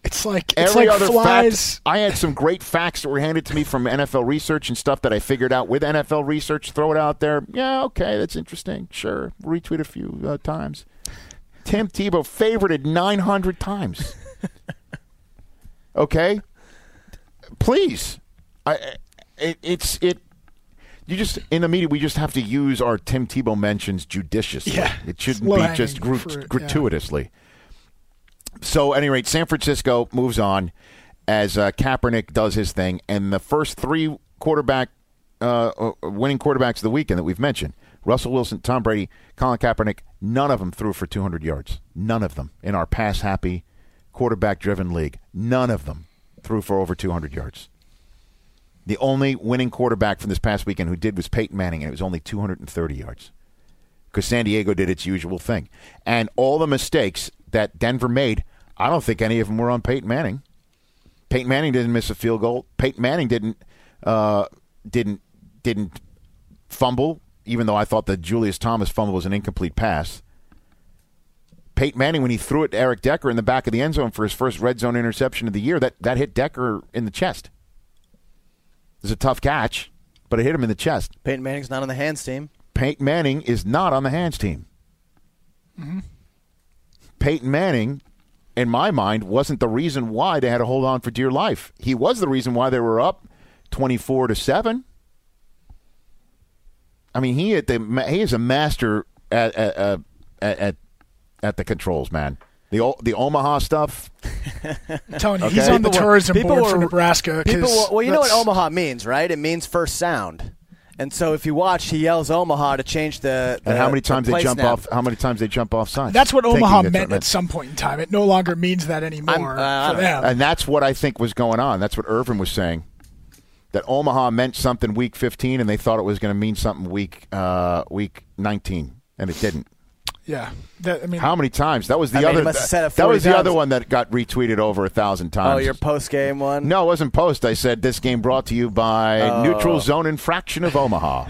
S9: It's like it's
S1: every
S9: like
S1: other
S9: flies.
S1: fact. I had some great facts that were handed to me from NFL research and stuff that I figured out with NFL research. Throw it out there. Yeah, okay, that's interesting. Sure, retweet a few uh, times. Tim Tebow favorited 900
S9: <laughs>
S1: times. okay, please. I it, it's it. You just in the media, we just have to use our Tim Tebow mentions judiciously.
S9: Yeah.
S1: it shouldn't
S9: Slow
S1: be
S9: hanging
S1: just gru-
S9: fruit, yeah.
S1: gratuitously. So, at any rate, San Francisco moves on as uh, Kaepernick does his thing, and the first three quarterback uh, uh, winning quarterbacks of the weekend that we've mentioned: Russell Wilson, Tom Brady, Colin Kaepernick. None of them threw for 200 yards. None of them in our pass-happy, quarterback-driven league. None of them threw for over 200 yards. The only winning quarterback from this past weekend who did was Peyton Manning, and it was only 230 yards because San Diego did its usual thing. And all the mistakes that Denver made, I don't think any of them were on Peyton Manning. Peyton Manning didn't miss a field goal. Peyton Manning didn't uh, didn't didn't fumble, even though I thought the Julius Thomas fumble was an incomplete pass. Peyton Manning, when he threw it to Eric Decker in the back of the end zone for his first red zone interception of the year, that, that hit Decker in the chest. It was a tough catch, but it hit him in the chest.
S10: Peyton Manning's not on the hands team.
S1: Peyton Manning is not on the hands team.
S9: Mm-hmm.
S1: Peyton Manning, in my mind, wasn't the reason why they had to hold on for dear life. He was the reason why they were up twenty-four to seven. I mean, he at the he is a master at at at- at, at, at the controls, man. The O- the Omaha stuff.
S9: I'm telling you, he's on the
S10: People were-
S9: tourism
S10: people
S9: board for
S10: were-
S9: Nebraska. 'cause
S10: People, will- well, you know what
S9: that's-
S10: Omaha means, right? It means first sound. And so if you watch, he yells Omaha to change the.
S1: And
S10: the-
S1: how many
S10: the
S1: times they
S10: play
S1: jump
S10: snap.
S1: off? How many times they jump off sides?
S9: That's what
S1: thinking
S9: Omaha
S1: that's what it
S9: meant at some point in time. It no longer means that anymore
S10: uh, I
S9: for
S10: don't know.
S9: them.
S1: And that's what I think was going on. That's what Irvin was saying. That Omaha meant something week 15, and they thought it was going to mean something week uh, week 19, and it didn't.
S9: yeah, that, I mean,
S1: How many times? That was the
S10: I mean,
S1: other.
S10: he must have said it
S1: that
S10: 40
S1: was the
S10: times.
S1: other one that got retweeted over a thousand
S10: Oh,
S1: times.
S10: your post game one?
S1: no, it wasn't post. I said this game brought to you by
S10: Oh.
S1: neutral zone infraction of
S10: <laughs>
S1: Omaha.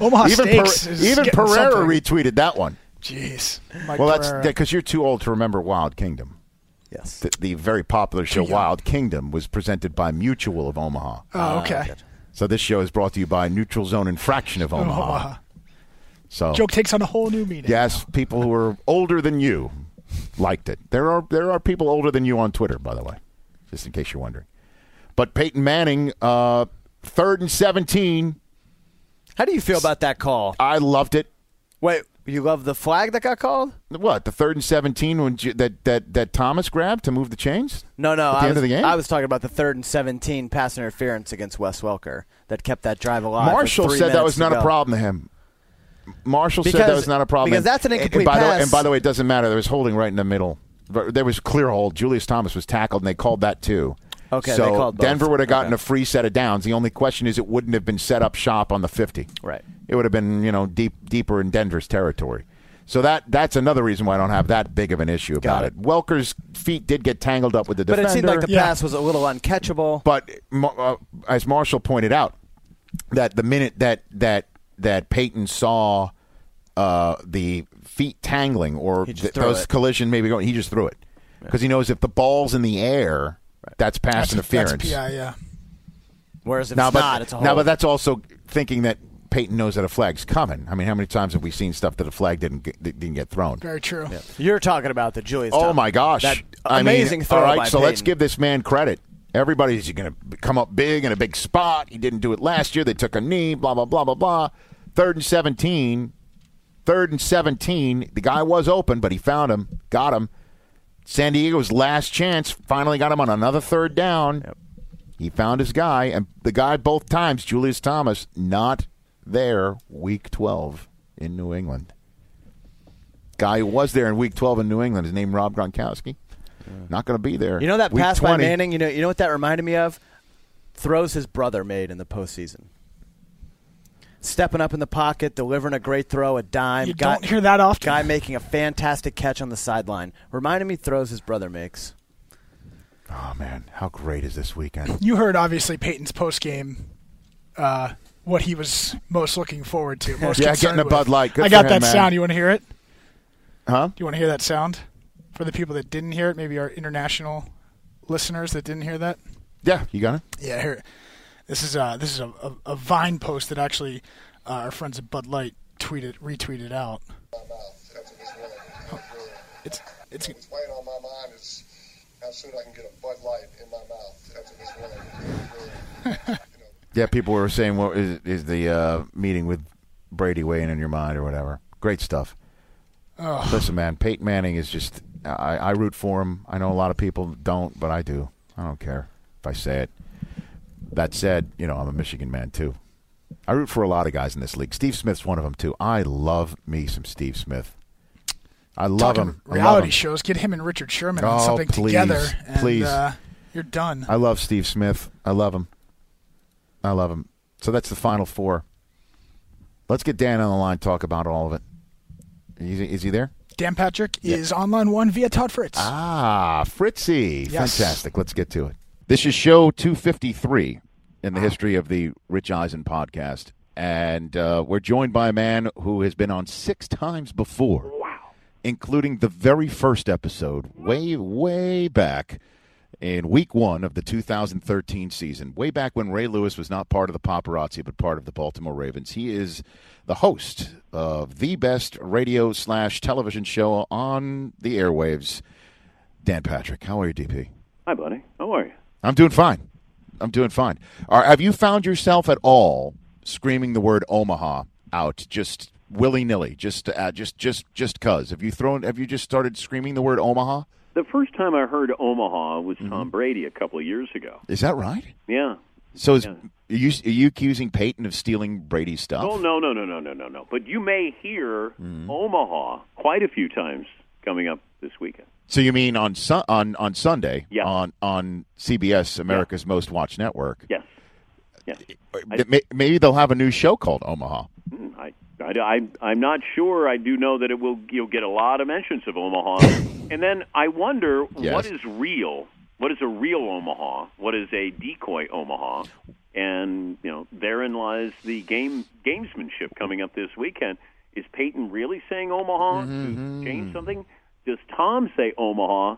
S9: Omaha
S1: even
S9: Steaks
S1: Per-
S9: is
S1: even
S9: getting
S1: Pereira
S9: something.
S1: retweeted that one.
S9: Jeez, Mike
S1: Well, that's
S9: Pereira.
S1: because you're too old to remember Wild Kingdom.
S10: Yes.
S1: The, the very popular show
S9: young.
S1: Wild Kingdom was presented by Mutual of Omaha.
S10: uh,
S9: oh, okay.
S1: So this show is brought to you by Neutral Zone Infraction of Omaha.
S9: Omaha.
S1: So
S9: Joke takes on a whole new meaning.
S1: yes, people who are older than you liked it. There are there are people older than you on Twitter, by the way, just in case you're wondering. But Peyton Manning, uh, third and seventeen,
S10: How do you feel about that call?
S1: I loved it.
S10: Wait, you love the flag that got called?
S1: What the third and seventeen when J- that that that Thomas grabbed to move the chains?
S10: No, no.
S1: At the
S10: I
S1: end
S10: was,
S1: of the game,
S10: I was talking about the third and 17 pass interference against Wes Welker that kept that drive alive. with
S1: Marshall
S10: three
S1: said that
S10: minutes
S1: was
S10: to
S1: not a
S10: go.
S1: problem to him. Marshall said that
S10: Because-
S1: was not a problem.
S10: because that's an
S1: And-
S10: incomplete
S1: and by The,
S10: pass.
S1: and by the way, it doesn't matter. There was holding right in the middle. But There was clear hold. Julius Thomas was tackled, and they called that too.
S10: Okay,
S1: so
S10: they called both.
S1: Denver would have gotten
S10: Okay.
S1: a free set of downs. The only question is, it wouldn't have been set up shop on the fifty.
S10: Right.
S1: It would have been you know deep deeper in Denver's territory. So that that's another reason why I don't have that big of an issue about it. Welker's feet did get tangled up with the
S10: But
S1: defender.
S10: it seemed like the
S9: Yeah.
S10: pass was a little uncatchable.
S1: But Ma- uh, as Marshall pointed out, that the minute that that that Peyton saw uh, the feet tangling or
S10: He just
S1: th-
S10: threw
S1: those
S10: it.
S1: collision maybe going, he just threw it because he knows if the ball's in the air, that's pass
S9: That's,
S1: interference.
S9: That's PI, yeah.
S10: Whereas if
S1: Now,
S10: it's
S1: but
S10: not, it's a whole.
S1: now, but that's also thinking that Peyton knows that a flag's coming. I mean, how many times have we seen stuff that a flag didn't get, that didn't get thrown?
S9: Very true.
S10: You're talking about the Julius.
S1: Oh
S10: Thomas.
S1: my gosh!
S10: That
S1: I mean,
S10: amazing throw
S1: All right,
S10: by
S1: so let's
S10: Peyton.
S1: give this man credit. Everybody's going to come up big in a big spot. He didn't do it last year. They took a knee. Blah blah blah blah blah. Third and seventeen. Third and seventeen. The guy was open, but he found him. Got him. San Diego's last chance. Finally got him on another third down. He found his guy, and the guy both times, Julius Thomas, not there. Week twelve in New England guy who was there in Week 12 in New England. His name Rob Gronkowski. Not going to be there.
S10: You know that
S1: Week
S10: pass
S1: 20,
S10: by Manning. You know, you know what that reminded me of? Throws his brother made in the postseason. Stepping up in the pocket, delivering a great throw, a dime.
S9: You don't hear that often.
S10: Guy making a fantastic catch on the sideline. Reminded me throws his brother makes.
S1: Oh man, how great is this weekend?
S9: You heard obviously Peyton's post game, uh, what he was most looking forward to. Most
S1: Yeah,
S9: concerned
S1: getting a
S9: with.
S1: Bud Light. Good
S9: I
S1: for
S9: got
S1: him,
S9: that
S1: man.
S9: sound. You want to hear it?
S1: Huh?
S9: Do you want to hear that sound? For the people that didn't hear it, maybe our international listeners that didn't hear that.
S1: Yeah, you got it.
S9: Yeah, here. This is a this is a, a, a Vine post that actually uh, our friends at Bud Light tweeted retweeted out. It's it's
S5: What's weighing on my mind is how soon I can get a Bud Light in my mouth after this one.
S1: Yeah, people were saying what is, is the uh, meeting with Brady weighing in your mind or whatever. Great stuff. Listen, man, Peyton Manning is just. I, I root for him. I know a lot of people don't, but I do. I don't care if I say it. That said, you know I'm a Michigan man too. I root for a lot of guys in this league. Steve Smith's one of them too. I love me some Steve Smith. I love
S9: talking
S1: him. I love
S9: Reality
S1: him.
S9: shows. Get him and Richard Sherman
S1: Oh,
S9: on something
S1: please,
S9: together. And,
S1: please.
S9: Uh, you're done.
S1: I love Steve Smith. I love him. I love him. So that's the final four. Let's get Dan on the line. Talk about all of it. Is he, is he there?
S9: Dan Patrick is on line one via Todd Fritz.
S1: Ah, Fritzy.
S9: Yes.
S1: Fantastic. Let's get to it. This is show 253 in the history of the Rich Eisen podcast. And uh, we're joined by a man who has been on six times before, wow. including the very first episode, way, way back in week one of the 2013 season, way back when Ray Lewis was not part of the paparazzi, but part of the Baltimore Ravens. He is the host of the best radio slash television show on the airwaves. Dan Patrick. How are you, DP?
S5: Hi, buddy. How are you?
S1: I'm doing fine. I'm doing fine. Are, have you found yourself at all screaming the word Omaha out just willy nilly, just uh, just just just cause? Have you thrown? Have you just started screaming the word Omaha?
S5: The first time I heard Omaha was
S4: Mm-hmm.
S5: Tom Brady a couple of years ago.
S1: Is that right?
S5: Yeah.
S1: So is,
S5: Yeah.
S1: are, you, are you accusing Peyton of stealing Brady's stuff?
S5: Oh no no no no no no no. But you may hear
S4: Mm-hmm.
S5: Omaha quite a few times coming up this weekend.
S1: So you mean on su- on on Sunday
S5: Yeah.
S1: on on CBS, America's most watched network?
S5: Yes. Yes.
S1: That may- Maybe they'll have a new show called Omaha.
S5: Mm, I, I, I, am not sure. I do know that it will. You'll get a lot of mentions of Omaha, and then I wonder
S1: Yes.
S5: what is real. What is a real Omaha? What is a decoy Omaha? And you know, therein lies the game gamesmanship coming up this weekend. Is Peyton really saying Omaha to change something? Does Tom say Omaha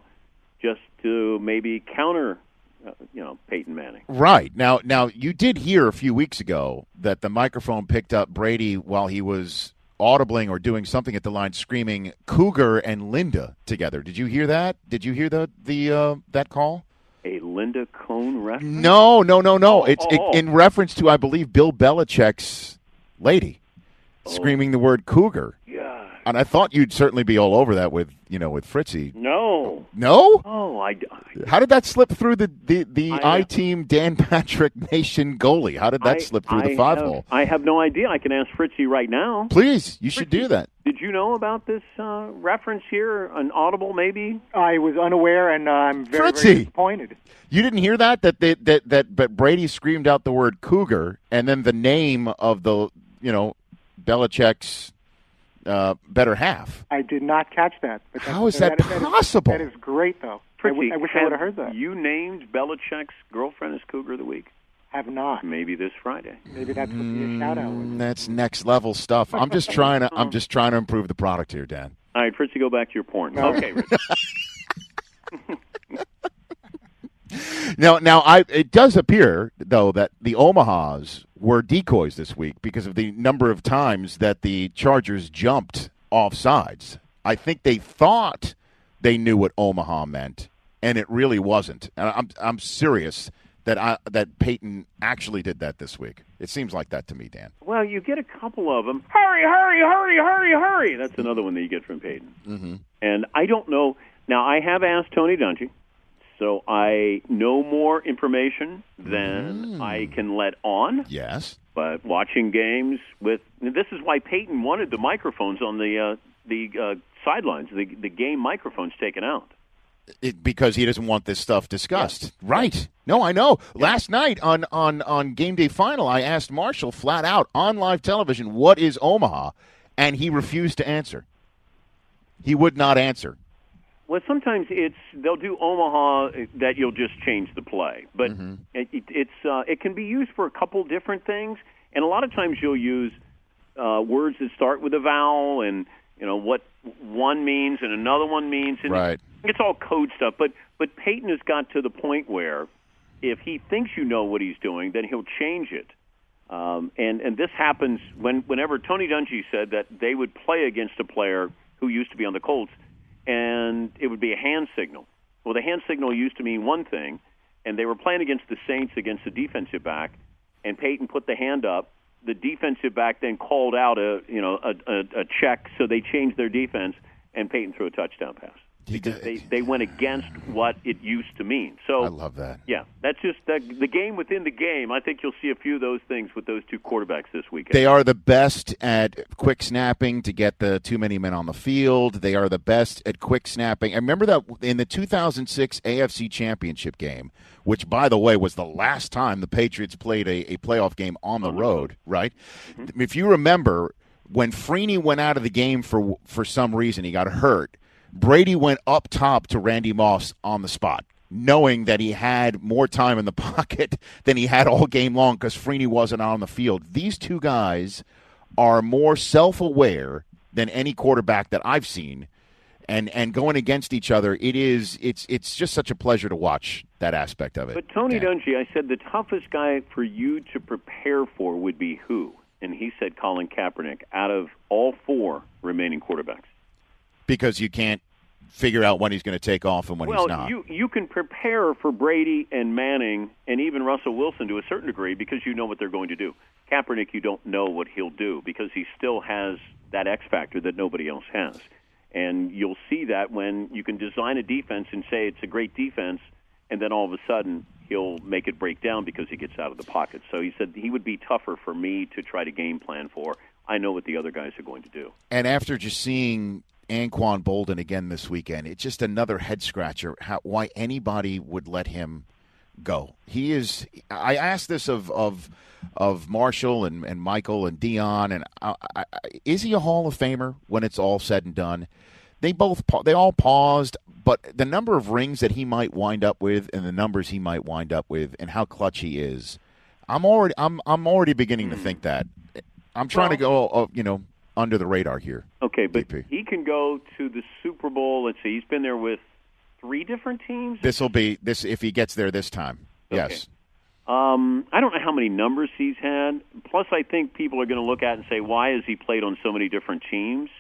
S5: just to maybe counter, uh, you know, Peyton Manning?
S1: Right now, now you did hear a few weeks ago that the microphone picked up Brady while he was audibling or doing something at the line, screaming "Cougar" and Linda together. Did you hear that? Did you hear the the uh, that call?
S5: A Linda Cohn reference?
S1: No, no, no, no. It's it,
S5: Oh.
S1: in reference to, I believe, Bill Belichick's lady screaming the word "Cougar,"
S5: Yeah.
S1: and I thought you'd certainly be all over that with you know with Fritzy.
S5: No.
S1: No?
S5: Oh, I,
S1: How did that slip through the the, the I, team Dan Patrick Nation goalie? How did that
S5: I-
S1: slip through
S5: I
S1: the five
S5: have-
S1: hole?
S5: I have no idea. I can ask Fritzy right now.
S1: Please, you should do that.
S5: Did you know about this uh, reference here? An audible, maybe?
S11: I was unaware, and uh, I'm very,
S1: Fritzy!
S11: very disappointed.
S1: You didn't hear that that they, that that but Brady screamed out the word cougar and then the name of the you know Belichick's uh, better half.
S11: I did not catch that. But
S1: How is that possible?
S11: That is, great, though. I, w-
S5: Fritzy,
S11: I wish I
S5: have
S11: would have heard that.
S5: You named Belichick's girlfriend as Cougar of the Week.
S11: Have not.
S5: Maybe this Friday.
S11: Maybe that's what the shout out was.
S1: Mm, That's next level stuff. I'm just trying to
S11: <laughs>
S1: I'm just trying to improve the product here, Dan.
S5: All right, Fritzy, go back to your porn.
S11: No. <laughs>
S5: Okay, Rich.
S1: Now, now, I it does appear though that the Omahas were decoys this week because of the number of times that the Chargers jumped off sides. I think they thought they knew what Omaha meant, and it really wasn't. And I'm I'm serious that I that Peyton actually did that this week. It seems like that to me, Dan.
S5: Well, you get a couple of them. Hurry, hurry, hurry, hurry, hurry. That's another one that you get from Peyton.
S1: Mm-hmm.
S5: And I don't know. Now, I have asked Tony Dungy, so I know more information
S1: Mm.
S5: than I can let on.
S1: Yes.
S5: But watching games with this is why Peyton wanted the microphones on the uh, the uh, sidelines, the the game microphones taken out.
S1: it, because he doesn't want this stuff discussed. Right. No, I know. Last night on, on, on Game Day Final, I asked Marshall flat out on live television, what is Omaha? And he refused to answer. He would not answer.
S5: Well, sometimes it's they'll do Omaha uh, that you'll just change the play, but it, it, it's uh, it can be used for a couple different things, and a lot of times you'll use uh, words that start with a vowel and you know what one means and another one means, and
S1: Right.
S5: it's all code stuff. But but Peyton has got to the point where if he thinks you know what he's doing, then he'll change it. Um, and and this happens when whenever Tony Dungy said that they would play against a player who used to be on the Colts, and it would be a hand signal. Well, the hand signal used to mean one thing, and they were playing against the Saints against the defensive back, and Peyton put the hand up. The defensive back then called out a you know a, a, a check, so they changed their defense, and Peyton threw a touchdown pass because they they went against what it used to mean. So
S1: I love that.
S5: yeah, that's just the, the game within the game. I think you'll see a few of those things with those two quarterbacks this weekend.
S1: They are the best at quick snapping to get the too many men on the field. They are the best at quick snapping. I remember that in the 2006 AFC Championship game, which, by the way, was the last time the Patriots played a, a playoff game on the road, Mm-hmm. right? If you remember, when Freeney went out of the game for, for some reason, he got hurt. Brady went up top to Randy Moss on the spot, knowing that he had more time in the <laughs> pocket than he had all game long because Freeney wasn't on the field. These two guys are more self aware than any quarterback that I've seen. And, and going against each other, it is it's it's just such a pleasure to watch that aspect of it.
S5: But Tony Dungy, I said the toughest guy for you to prepare for would be who? And he said Colin Kaepernick out of all four remaining quarterbacks.
S1: because you can't figure out when he's going to take off and when
S5: well,
S1: he's not.
S5: you you can prepare for Brady and Manning and even Russell Wilson to a certain degree because you know what they're going to do. Kaepernick, you don't know what he'll do because he still has that X factor that nobody else has, and you'll see that when you can design a defense and say it's a great defense, and then all of a sudden he'll make it break down because he gets out of the pocket. So he said he would be tougher for me to try to game plan for. I know what the other guys are going to do.
S1: And after just seeing Anquan Bolden again this weekend, it's just another head scratcher how, why anybody would let him go. He is. I asked this of of of Marshall and, and Michael and Dion, and I, I, I- is he a Hall of Famer when it's all said and done? They both pa- they all paused, but the number of rings that he might wind up with, and the numbers he might wind up with, and how clutch he is, I'm already I'm I'm already beginning to think that. I'm trying to go, uh, you know, under the radar here.
S5: Okay, but
S1: DP.
S5: he can go to the Super Bowl. Let's see, he's been there with three different teams.
S1: This will be this if he gets there this time. Yes.
S5: Um, I don't know how many numbers he's had. Plus, I think people are going to look at it and say, why has he played on so many different teams?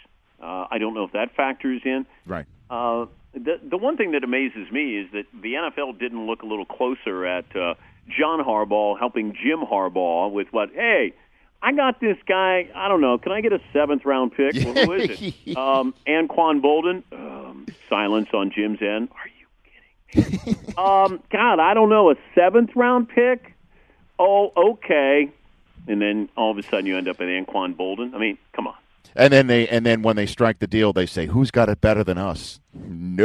S5: Uh, I don't know if that factors in.
S1: Right.
S5: Uh, the the one thing that amazes me is that the NFL didn't look a little closer at uh, John Harbaugh helping Jim Harbaugh with what? Hey, I got this guy. I don't know. Can I get a seventh round pick? Well, who is it? Um, Anquan Bolden. Um, Silence on Jim's end. Are you kidding me? um, God, I don't know. A seventh round pick? Oh, okay. And then all of a sudden you end up with Anquan Bolden. I mean, come on.
S1: And then they and then when they strike the deal, they say, "Who's got it better than us?"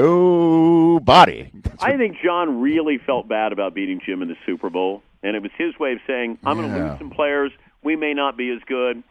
S1: Nobody. <laughs>
S5: I think John really felt bad about beating Jim in the Super Bowl, and it was his way of saying, "I'm going to
S1: Yeah.
S5: lose some players. We may not be as good."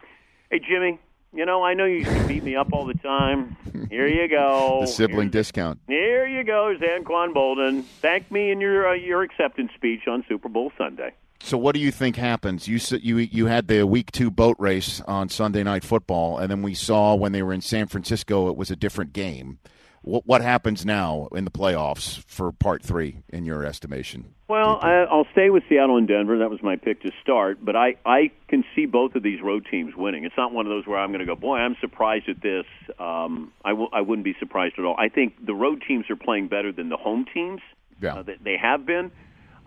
S5: Hey, Jimmy, you know I know you used to beat me up all the time. Here you go.
S1: <laughs> the sibling discount.
S5: Here you go, Anquan Bolden. Thank me in your uh, your acceptance speech on Super Bowl Sunday.
S1: So what do you think happens? You s- you you had the week two boat race on Sunday night football, and then we saw when they were in San Francisco, it was a different game. What what happens now in the playoffs for part three, in your estimation?
S5: Well, I, I'll stay with Seattle and Denver. That was my pick to start, but I I can see both of these road teams winning. It's not one of those where I'm going to go, boy, I'm surprised at this. Um, I w- I wouldn't be surprised at all. I think the road teams are playing better than the home teams.
S1: Yeah.
S5: Uh, they, they have been.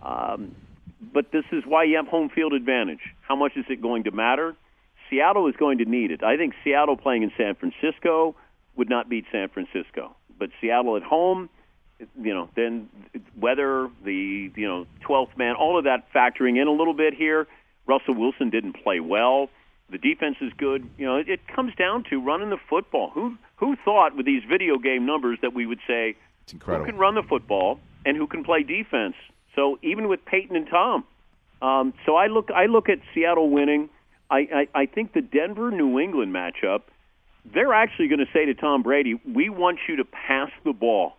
S5: Um, but this is why you have home field advantage. How much is it going to matter? Seattle is going to need it. I think Seattle playing in San Francisco would not beat San Francisco, but Seattle at home, you know, then weather, the you know, 12th man, all of that factoring in a little bit here. Russell Wilson didn't play well. The defense is good. You know, it, it comes down to running the football. Who who thought with these video game numbers that we would say
S1: it's incredible.
S5: who can run the football and who can play defense. So even with Peyton and Tom, um, so I look I look at Seattle winning. I, I, I think the Denver New England matchup, they're actually going to say to Tom Brady, "We want you to pass the ball."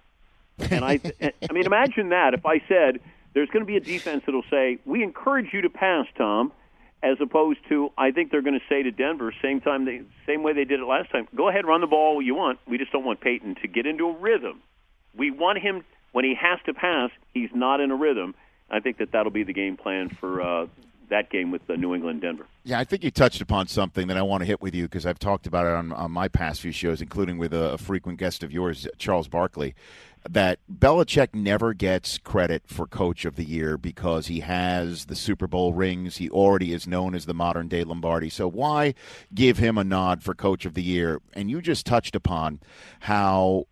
S5: And I I mean imagine that if I said there's going to be a defense that'll say, "We encourage you to pass, Tom." As opposed to, I think they're going to say to Denver, same time, they, same way they did it last time. Go ahead, run the ball you want. We just don't want Peyton to get into a rhythm we want him when he has to pass. He's not in a rhythm. I think that that'll be the game plan for uh, that game with the New England Denver.
S1: Yeah, I think you touched upon something that I want to hit with you because I've talked about it on, on my past few shows, including with a, a frequent guest of yours, Charles Barkley, that Belichick never gets credit for Coach of the Year because he has the Super Bowl rings. He already is known as the modern day Lombardi. So why give him a nod for Coach of the Year? And you just touched upon how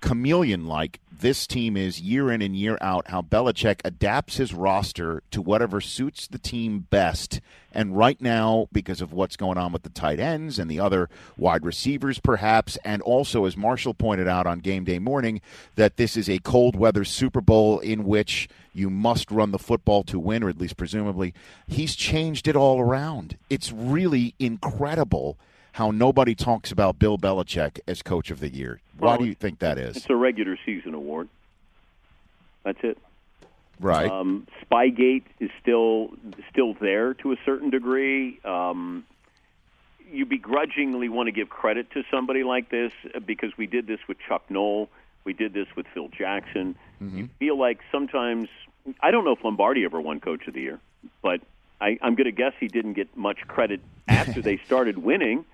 S1: chameleon like this team is year in and year out, how Belichick adapts his roster to whatever suits the team best. And right now, because of what's going on with the tight ends and the other wide receivers, perhaps, and also, as Marshall pointed out on game day morning, that this is a cold weather Super Bowl in which you must run the football to win, or at least presumably, he's changed it all around. It's really incredible. How nobody talks about Bill Belichick as coach of the year. Why do you think that is?
S5: It's a regular season award. That's it.
S1: Right.
S5: Um, Spygate is still still there to a certain degree. Um, you begrudgingly want to give credit to somebody like this uh, because we did this with Chuck Knoll, we did this with Phil Jackson. You feel like sometimes I don't know if Lombardi ever won Coach of the Year, but I, I'm going to guess he didn't get much credit after they started winning,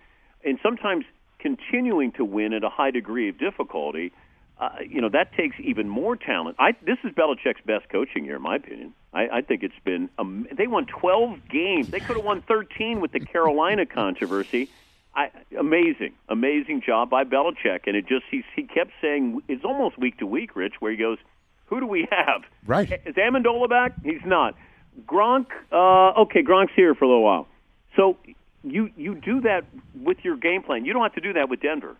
S5: and sometimes continuing to win at a high degree of difficulty. Uh, you know that takes even more talent. I, this is Belichick's best coaching year, in my opinion. I, I think it's been. Um, they won 12 games. They could have won 13 with the Carolina controversy. I, amazing, amazing job by Belichick, and it just he, he kept saying it's almost week to week, Rich, where he goes, "Who do we have?
S1: Right.
S5: Is Amendola back? He's not. Gronk. Uh, okay, Gronk's here for a little while. So you you do that with your game plan. You don't have to do that with Denver.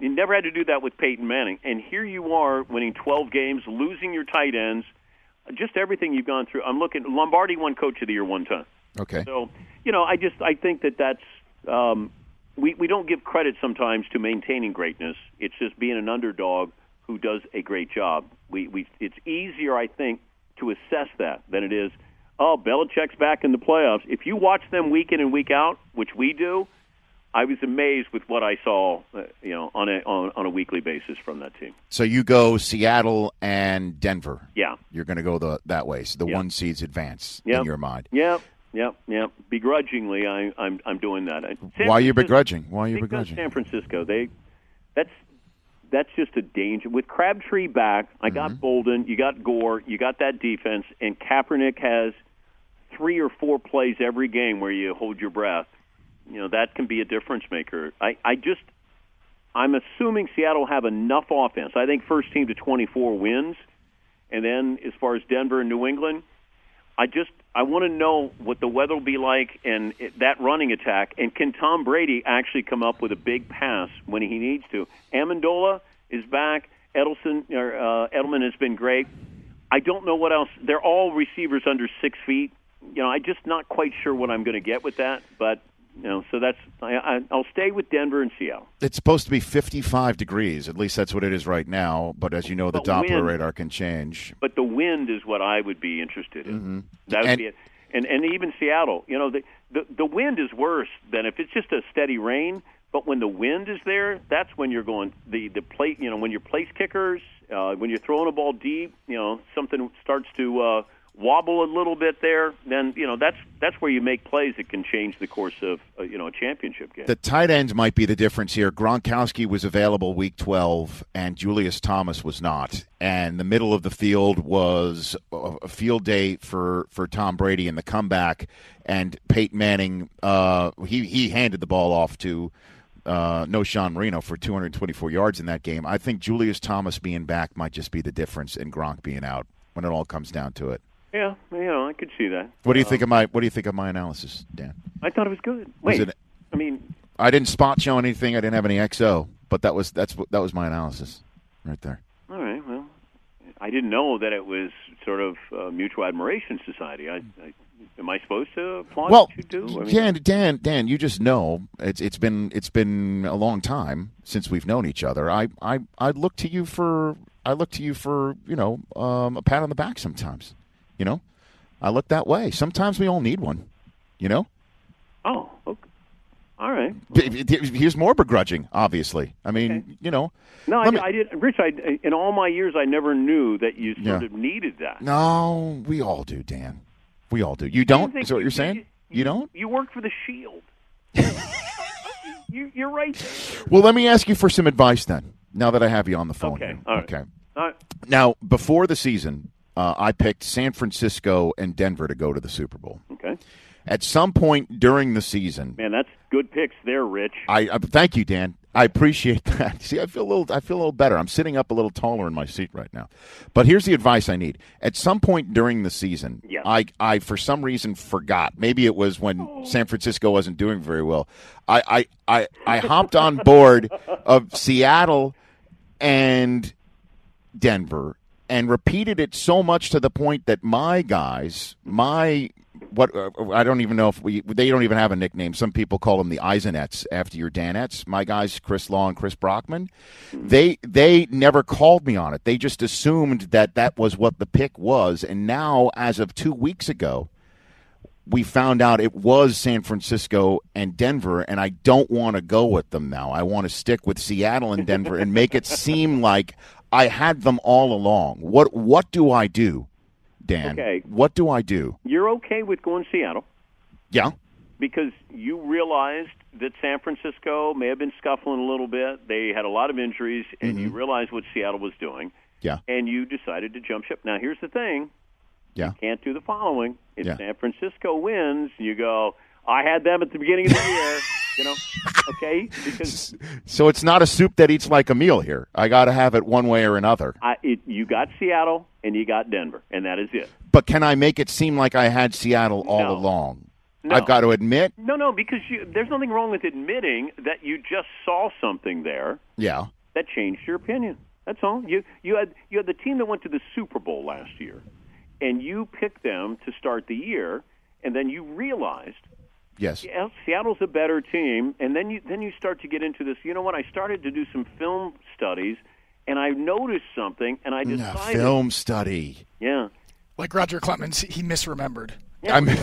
S5: You never had to do that with Peyton Manning. And here you are winning 12 games, losing your tight ends, just everything you've gone through. I'm looking Lombardi won coach of the year one time.
S1: Okay.
S5: So, you know, I just I think that that's um, we we don't give credit sometimes to maintaining greatness. It's just being an underdog who does a great job. We we it's easier I think to assess that than it is. Oh, Belichick's back in the playoffs. If you watch them week in and week out, which we do, I was amazed with what I saw, uh, you know, on a on, on a weekly basis from that team.
S1: So you go Seattle and Denver.
S5: Yeah.
S1: You're going to go the, that way. So the
S5: Yeah.
S1: one seeds advance
S5: Yeah.
S1: in your mind.
S5: Yep, yep, yep. Begrudgingly, I, I'm I'm doing that. I- San
S1: Why are you
S5: Francisco-
S1: begrudging? Why are you
S5: because
S1: begrudging?
S5: San Francisco, they that's that's just a danger. With Crabtree back, I
S1: Mm-hmm.
S5: got Bolden, you got Gore, you got that defense, and Kaepernick has three or four plays every game where you hold your breath. You know that can be a difference maker. I I just I'm assuming Seattle will have enough offense. I think first team to 24 wins. And then as far as Denver and New England, I just I want to know what the weather will be like and it, that running attack. And can Tom Brady actually come up with a big pass when he needs to? Amendola is back. Edelson or, uh, Edelman has been great. I don't know what else. They're all receivers under six feet. You know, I'm just not quite sure what I'm going to get with that. But you know, so that's I, I, I'll stay with Denver and Seattle.
S1: It's supposed to be 55 degrees. At least that's what it is right now. But as you know, the
S5: But
S1: Doppler
S5: wind.
S1: radar can change.
S5: But the wind is what I would be interested in.
S1: Mhm.
S5: That would
S1: And-
S5: be it. And and even Seattle, you know, the, the the wind is worse than if it's just a steady rain. But when the wind is there, that's when you're going the the plate. You know, when your place kickers, uh, when you're throwing a ball deep, you know, something starts to uh, wobble a little bit there. Then you know that's that's where you make plays that can change the course of uh, you know a championship game.
S1: The tight end might be the difference here. Gronkowski was available week 12, and Julius Thomas was not. And the middle of the field was a a field day for, for Tom Brady in the comeback. And Peyton Manning, uh, he, he handed the ball off to uh, no Sean Marino for 224 yards in that game. I think Julius Thomas being back might just be the difference in Gronk being out when it all comes down to it.
S5: Yeah, you know, I could see that.
S1: What do you
S5: Uh,
S1: think of my What do you think of my analysis, Dan?
S5: I thought it was good.
S1: Was
S5: Wait,
S1: it-
S5: I mean,
S1: I didn't spot show anything. I didn't have any XO, but that was that's what- that was my analysis right there.
S5: all right, well, I didn't know that it was sort of uh, mutual admiration society. I, I, am I supposed to applaud
S1: Well,
S5: what you do? I mean,
S1: Dan, Dan, Dan, you just know it's it's been it's been a long time since we've known each other. I I, I look to you for I look to you for you know um, a pat on the back sometimes. You know, I look that way. Sometimes we all need one. You know,
S5: Oh, okay. all right.
S1: D- d- he's more begrudging, obviously. I mean, you know,
S5: No, I, I did, Rich. I, in all my years, I never knew that you sort
S1: Yeah.
S5: of needed that.
S1: no, we all do, Dan. We all do. You don't? Is that what you're saying? You don't?
S5: You work for the
S1: <laughs>
S5: Shield. you, you're right. there.
S1: Well, let me ask you for some advice then. Now that I have you on the phone,
S5: Okay,
S1: here.
S5: all right.
S1: okay.
S5: All right.
S1: Now, before the season, uh, I picked San Francisco and Denver to go to the Super Bowl.
S5: Okay.
S1: At some point during the season,
S5: Man, that's good picks there, Rich.
S1: I, I thank you, Dan. I appreciate <laughs> that. See, I feel a little, I feel a little better. I'm sitting up a little taller in my seat right now. But here's the advice I need. At some point during the season,
S5: Yeah.
S1: I, I for some reason forgot. Maybe it was when San Francisco wasn't doing very well. I, I, I, I hopped on board of Seattle and Denver and repeated it so much to the point that my guys, my what uh, I don't even know if we they don't even have a nickname. Some people call them the Eisenettes after your Danettes. My guys, Chris Law and Chris Brockman, they they never called me on it. They just assumed that that was what the pick was. And now, as of two weeks ago, we found out it was San Francisco and Denver, and I don't want to go with them now. I want to stick with Seattle and Denver and make it seem like I had them all along. What what do I do, Dan?
S5: Okay.
S1: What do I do?
S5: You're okay with going to Seattle.
S1: Yeah.
S5: because you realized that San Francisco may have been scuffling a little bit. They had a lot of injuries, and you realized what Seattle was doing,
S1: Mm-hmm. Yeah.
S5: and you decided to jump ship. Now, here's the thing
S1: Yeah.
S5: can't do the following. If
S1: Yeah.
S5: San Francisco wins, you go, I had them at the beginning of the year, <laughs> you know, okay? Because
S1: So it's not a soup that eats like a meal here. I got to have it one way or another.
S5: I, it, you got Seattle and you got Denver, and that is it.
S1: But can I make it seem like I had Seattle all
S5: No.
S1: along?
S5: No.
S1: I've got to admit,
S5: No, no, because you, there's nothing wrong with admitting that you just saw something there.
S1: yeah.
S5: that changed your opinion. That's all. You you had you had the team that went to the Super Bowl last year, and you picked them to start the year, and then you realized
S1: Yes.
S5: yeah, Seattle's a better team, and then you then you start to get into this. You know what? I started to do some film studies, and I noticed something, and I
S1: No,
S5: decided,
S1: film study.
S5: yeah.
S9: Like Roger Clemens, he misremembered.
S1: I mean,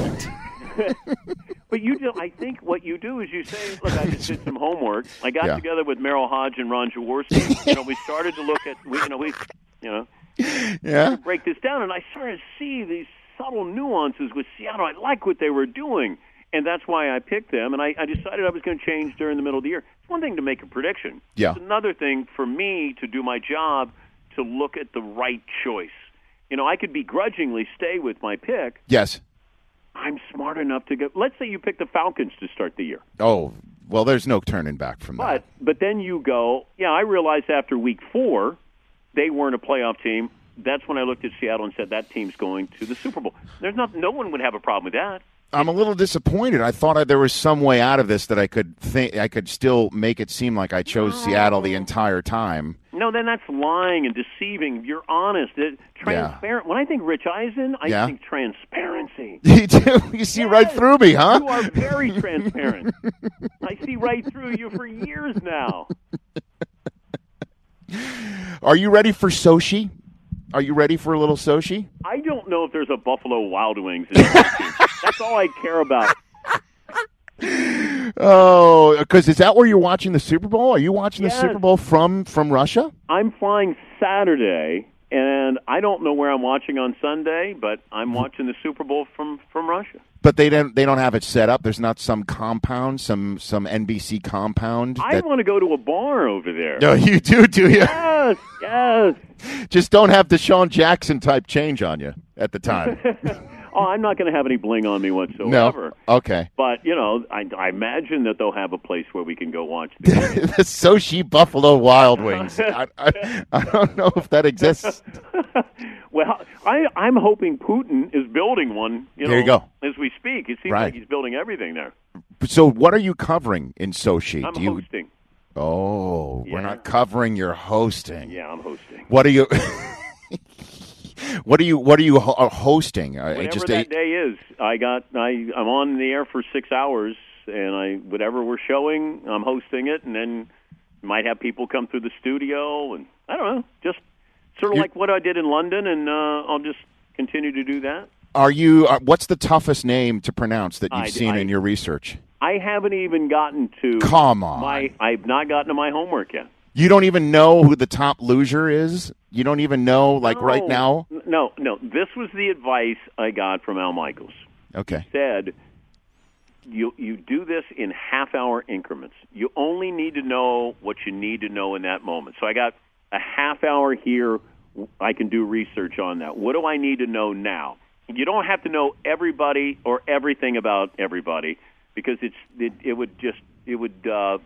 S5: But you do. I think what you do is you say, "Look, I just did some homework. I got
S1: Yeah.
S5: together with Merrill Hodge and Ron Jaworski. you know, we started to look at. We, you know, we, you know,
S1: yeah.
S5: break this down, and I started to see these subtle nuances with Seattle. I like what they were doing, and that's why I picked them. And I, I decided I was going to change during the middle of the year. It's one thing to make a prediction.
S1: Yeah.
S5: It's another thing for me to do my job to look at the right choice. You know, I could begrudgingly stay with my pick.
S1: Yes.
S5: I'm smart enough to go. Let's say you pick the Falcons to start the year.
S1: Oh, Well, there's no turning back from that.
S5: But but then you go, yeah, I realized after week four they weren't a playoff team. That's when I looked at Seattle and said that team's going to the Super Bowl. There's not no one would have a problem with that.
S1: I'm a little disappointed. I thought I, there was some way out of this that I could think I could still make it seem like I chose
S5: Oh.
S1: Seattle the entire time. <laughs>
S5: No, then that's lying and deceiving. You're honest. It, transparent. When I think Rich Eisen, I
S1: Yeah.
S5: think transparency.
S1: You do. You see right through me, huh?
S5: You are very
S1: <laughs>
S5: transparent. I see right through you for years now.
S1: Are you ready for Sochi? Are you ready for a little Sochi?
S5: I don't know if there's a Buffalo Wild Wings. In that team. That's all I care about.
S1: Oh, because is that where you're watching the Super Bowl? Are you watching
S5: Yes.
S1: the Super Bowl from from Russia?
S5: I'm flying Saturday, and I don't know where I'm watching on Sunday, but
S1: Mm-hmm.
S5: I'm watching the Super Bowl from from Russia.
S1: But they don't they don't have it set up. There's not some compound, some some NBC compound.
S5: I
S1: that-
S5: want to go to a bar over there.
S1: <laughs> No, you do, do you?
S5: Yes, yes.
S1: Just don't have Deshaun Jackson type change on you at the
S5: <laughs>
S1: time.
S5: oh, I'm not going to have any bling on me whatsoever.
S1: No. Okay.
S5: But you know, I, I imagine that they'll have a place where we can go watch. The <laughs> game.
S1: <laughs> the Sochi Buffalo Wild
S5: <laughs>
S1: Wings. I, I, I don't know if that exists.
S5: well, I, I'm hoping Putin is building one. You know,
S1: There you go.
S5: As we speak, it seems
S1: Right.
S5: like he's building everything there.
S1: So, what are you covering in Sochi?
S5: I'm
S1: Do you?
S5: hosting.
S1: Oh, we're
S5: Yeah.
S1: not covering your hosting.
S5: Yeah, I'm hosting.
S1: What are you? <laughs> what are you? What are you ho- uh, hosting? Uh,
S5: Whatever
S1: just
S5: that
S1: a-
S5: day is, I got I I'm on the air for six hours, and I whatever we're showing, I'm hosting it, and then might have people come through the studio, and I don't know, just sort of like what I did in London, and uh, I'll just continue to do that.
S1: are you? Uh, what's the toughest name to pronounce that you've
S5: I-
S1: seen
S5: I-
S1: in your research?
S5: I haven't even gotten to
S1: Come on.
S5: my I've not gotten to my homework yet.
S1: You don't even know who the top loser is. You don't even know, like right
S5: No.
S1: now.
S5: Oh, No, no. This was the advice I got from Al Michaels.
S1: Okay.
S5: said, you you do this in half hour increments. You only need to know what you need to know in that moment. So I got a half hour here. I can do research on that. What do I need to know now? You don't have to know everybody or everything about everybody because it's it, it would just it would uh,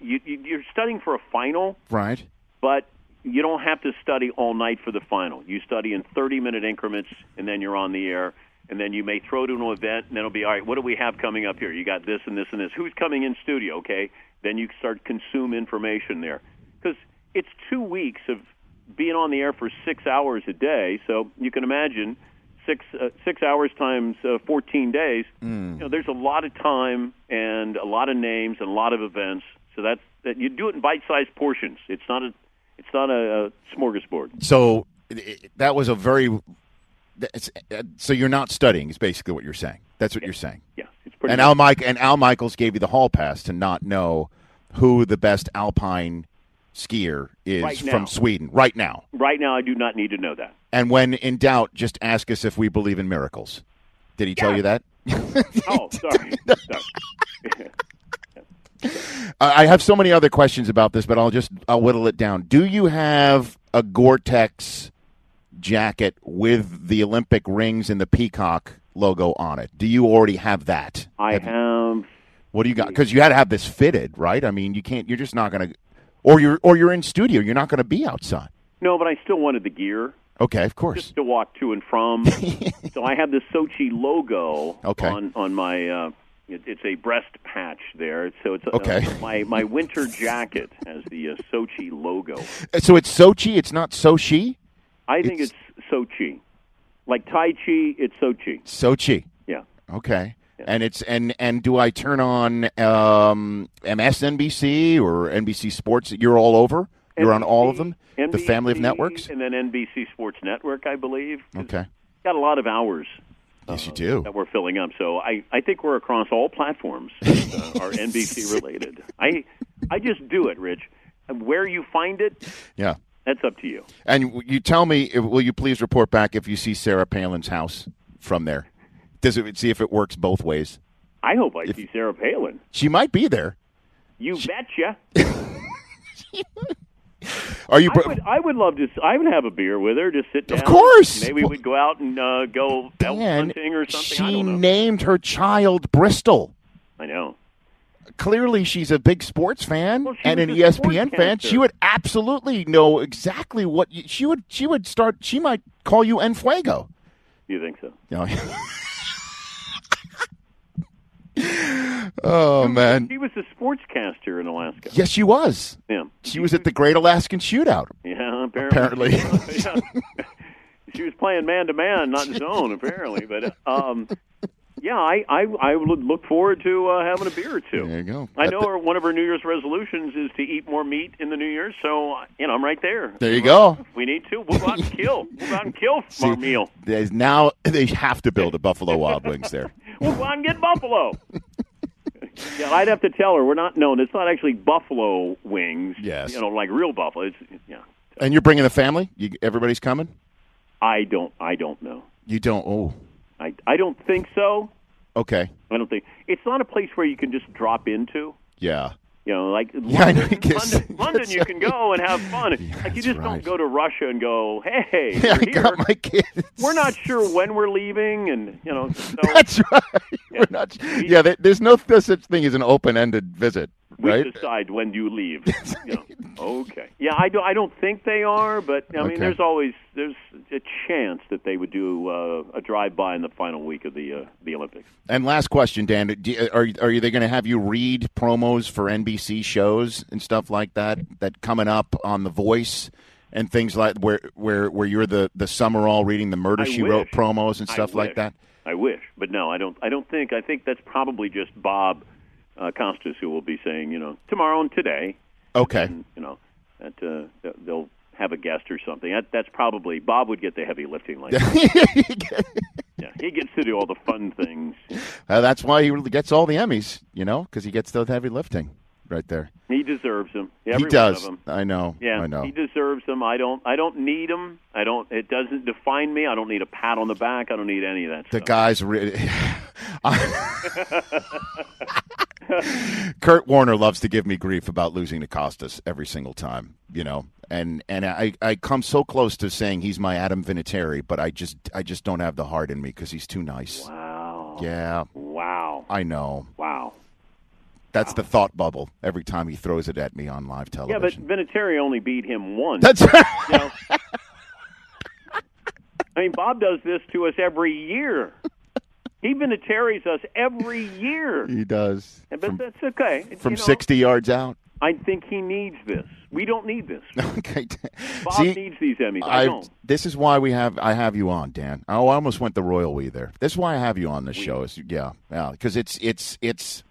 S5: you, you you're studying for a final
S1: Right.
S5: but you don't have to study all night for the final. You study in 30 minute increments, and then you're on the air. And then you may throw to an event, and then it'll be all right. What do we have coming up here? You got this and this and this. Who's coming in studio? Okay, then you start consume information there because it's two weeks of being on the air for six hours a day. So you can imagine six uh, six hours times uh, 14 days. You know, there's a lot of time and a lot of names and a lot of events. So that's that you do it in bite-sized portions. It's not a it's not a, a smorgasbord.
S1: So i- i- that was a very. that's- uh, So you're not studying is basically what you're saying. That's what you're saying.
S5: Yes, it's pretty.
S1: And Al Mike and Al Michaels gave you the hall pass to not know who the best alpine skier is
S5: Right now.
S1: from Sweden right now.
S5: right now, I do not need to know that.
S1: And when in doubt, just ask us if we believe in miracles. Did he tell you that?
S5: Oh, sorry. sorry.
S1: I I have so many other questions about this, but I'll just I'll whittle it down. Do you have a Gore-Tex jacket with the Olympic rings and the peacock logo on it? Do you already have that?
S5: I have
S1: What do you got? Because you had to have this fitted, right? I mean, you can't. You're just not going to, or you're or you're in studio. You're not going to be outside.
S5: no, but I still wanted the gear.
S1: Okay, of course.
S5: <laughs> just to walk to and
S1: <laughs>
S5: from. so I have the Sochi logo
S1: Okay.
S5: on on my. Uh, it, it's a breast patch there, so it's uh,
S1: Okay.
S5: <laughs> my my winter jacket has the uh, Sochi logo.
S1: So it's Sochi. It's not Sochi.
S5: I think it's, Sochi, like Tai Chi. It's Sochi.
S1: Sochi.
S5: Yeah.
S1: Okay. And it's and and do I turn on um, MSNBC or NBC Sports? You're all over. You're on all of them. the family of
S5: NBC
S1: networks.
S5: and then NBC Sports Network, I believe.
S1: Okay.
S5: Got a lot of hours
S1: Yes, you do.
S5: that we're filling up. So I, I think we're across all platforms that
S1: <laughs>
S5: uh, are NBC related. I I just do it, Rich. Where you find it,
S1: Yeah.
S5: that's up to you.
S1: And w- you tell me, if- will you please report back if you see Sarah Palin's house from there? Does it see if it works both ways?
S5: I hope I see Sarah Palin.
S1: She might be there.
S5: You betcha.
S1: Are you?
S5: I would, I would love to. s- I would have a beer with her. Just sit down.
S1: Of course.
S5: Maybe we'd go out and uh, go elk
S1: Dan,
S5: hunting or something. I
S1: she
S5: don't know.
S1: named her child Bristol.
S5: I know.
S1: clearly she's a big sports fan
S12: she
S1: and
S12: was
S1: an E
S12: a
S1: ESPN
S12: sportscaster.
S1: fan. She would absolutely know exactly what you, she would. She would start. She might call you En Fuego.
S5: You think so?
S1: You know. <laughs> oh man.
S5: She was a sportscaster in Alaska.
S1: Yes, she was.
S5: Yeah.
S1: She was at the Great Alaskan Shootout.
S5: Yeah, apparently.
S1: Apparently.
S5: <laughs> Yeah. she was playing man to man, not zone, apparently. But um, yeah, I, I I would look forward to uh, having a beer or two.
S1: There you go.
S5: I
S1: At
S5: know
S1: the-
S5: her, one of her New Year's resolutions is to eat more meat in the New Year's, so you know I'm right there.
S1: There you go.
S5: If we need to. We'll go out and kill. We'll go out and kill for
S1: <laughs>
S5: our
S1: See,
S5: meal.
S1: there's- Now they have to build a Buffalo Wild Wings there.
S5: We'll go out and get buffalo. <laughs> yeah, I'd have to tell her we're not. No, it's not actually buffalo wings.
S1: Yes.
S5: you know, like real buffalo. It's, yeah,
S1: And you're bringing the family? You, everybody's coming?
S5: I don't. I don't know.
S1: You don't. Oh,
S5: I I don't think so.
S1: okay.
S5: I don't think it's not a place where you can just drop into.
S1: Yeah. <laughs>
S5: You know, like
S1: Yeah, I
S5: London,
S1: guess- <laughs>
S5: London, London you can go and have fun. like you just don't go to Russia and go, hey,
S1: <laughs> Yeah, I
S5: we're here.
S1: got my kids. <laughs>
S5: We're not sure when we're leaving, and you know, so
S1: That's right. We're not, yeah, there, there's no such thing as an open-ended visit,
S5: we
S1: right?
S5: decide when do you
S1: <laughs>
S5: leave. you know, okay. Yeah, I don't. I don't think they are, but I mean,
S1: Okay.
S5: there's always there's a chance that they would do uh, a drive by in the final week of the uh, the Olympics.
S1: And last question, Dan, do, you- are are they going to have you read promos for NBC shows and stuff like that that coming up on The Voice and things like where where where you're the the summer all reading the Murder
S5: I
S1: She
S5: wish.
S1: Wrote promos and
S5: I
S1: stuff
S5: wish.
S1: like that?
S5: I wish, but no, I don't. I don't think. I think that's probably just Bob uh, Costas who will be saying, you know, tomorrow and today,
S1: Okay. <laughs>
S5: you know, that uh, th- they'll have a guest or something. That, that's probably Bob would get the heavy lifting like that. yeah, he gets to do all the fun things.
S1: Uh, that's why he really gets all the Emmys, you know, because he gets the heavy lifting right there.
S5: He deserves them.
S1: he
S5: Every
S1: does.
S5: One of them.
S1: I know.
S5: Yeah,
S1: I know.
S5: he deserves them. I don't. I don't need them. I don't. It doesn't define me. I don't need a pat on the back. I don't need any of that.
S1: the guy's re- <laughs> Kurt Warner loves to give me grief about losing to Costas every single time, you know. And and I, I come so close to saying he's my Adam Vinatieri, but I just I just don't have the heart in me because he's too nice.
S5: Wow.
S1: Yeah.
S5: Wow.
S1: I know.
S5: Wow.
S1: That's the thought bubble every time he throws it at me on live
S5: Yeah,
S1: television.
S5: but Vinatieri only beat him once.
S1: That's <laughs> right.
S5: You know? I mean, Bob does this to us every year. He Vinatieri's us every year,
S1: he does
S5: but that's okay.
S1: from
S5: You know,
S1: sixty yards out. <laughs>
S5: I think he needs this. We don't need this.
S1: okay.
S5: Bob
S1: See,
S5: needs these Emmys. I,
S1: I-
S5: don't.
S1: This is why we have I have you on, Dan. Oh, I almost went the royal we there. This is why I have you on this show. Is yeah, yeah, because it's it's it's.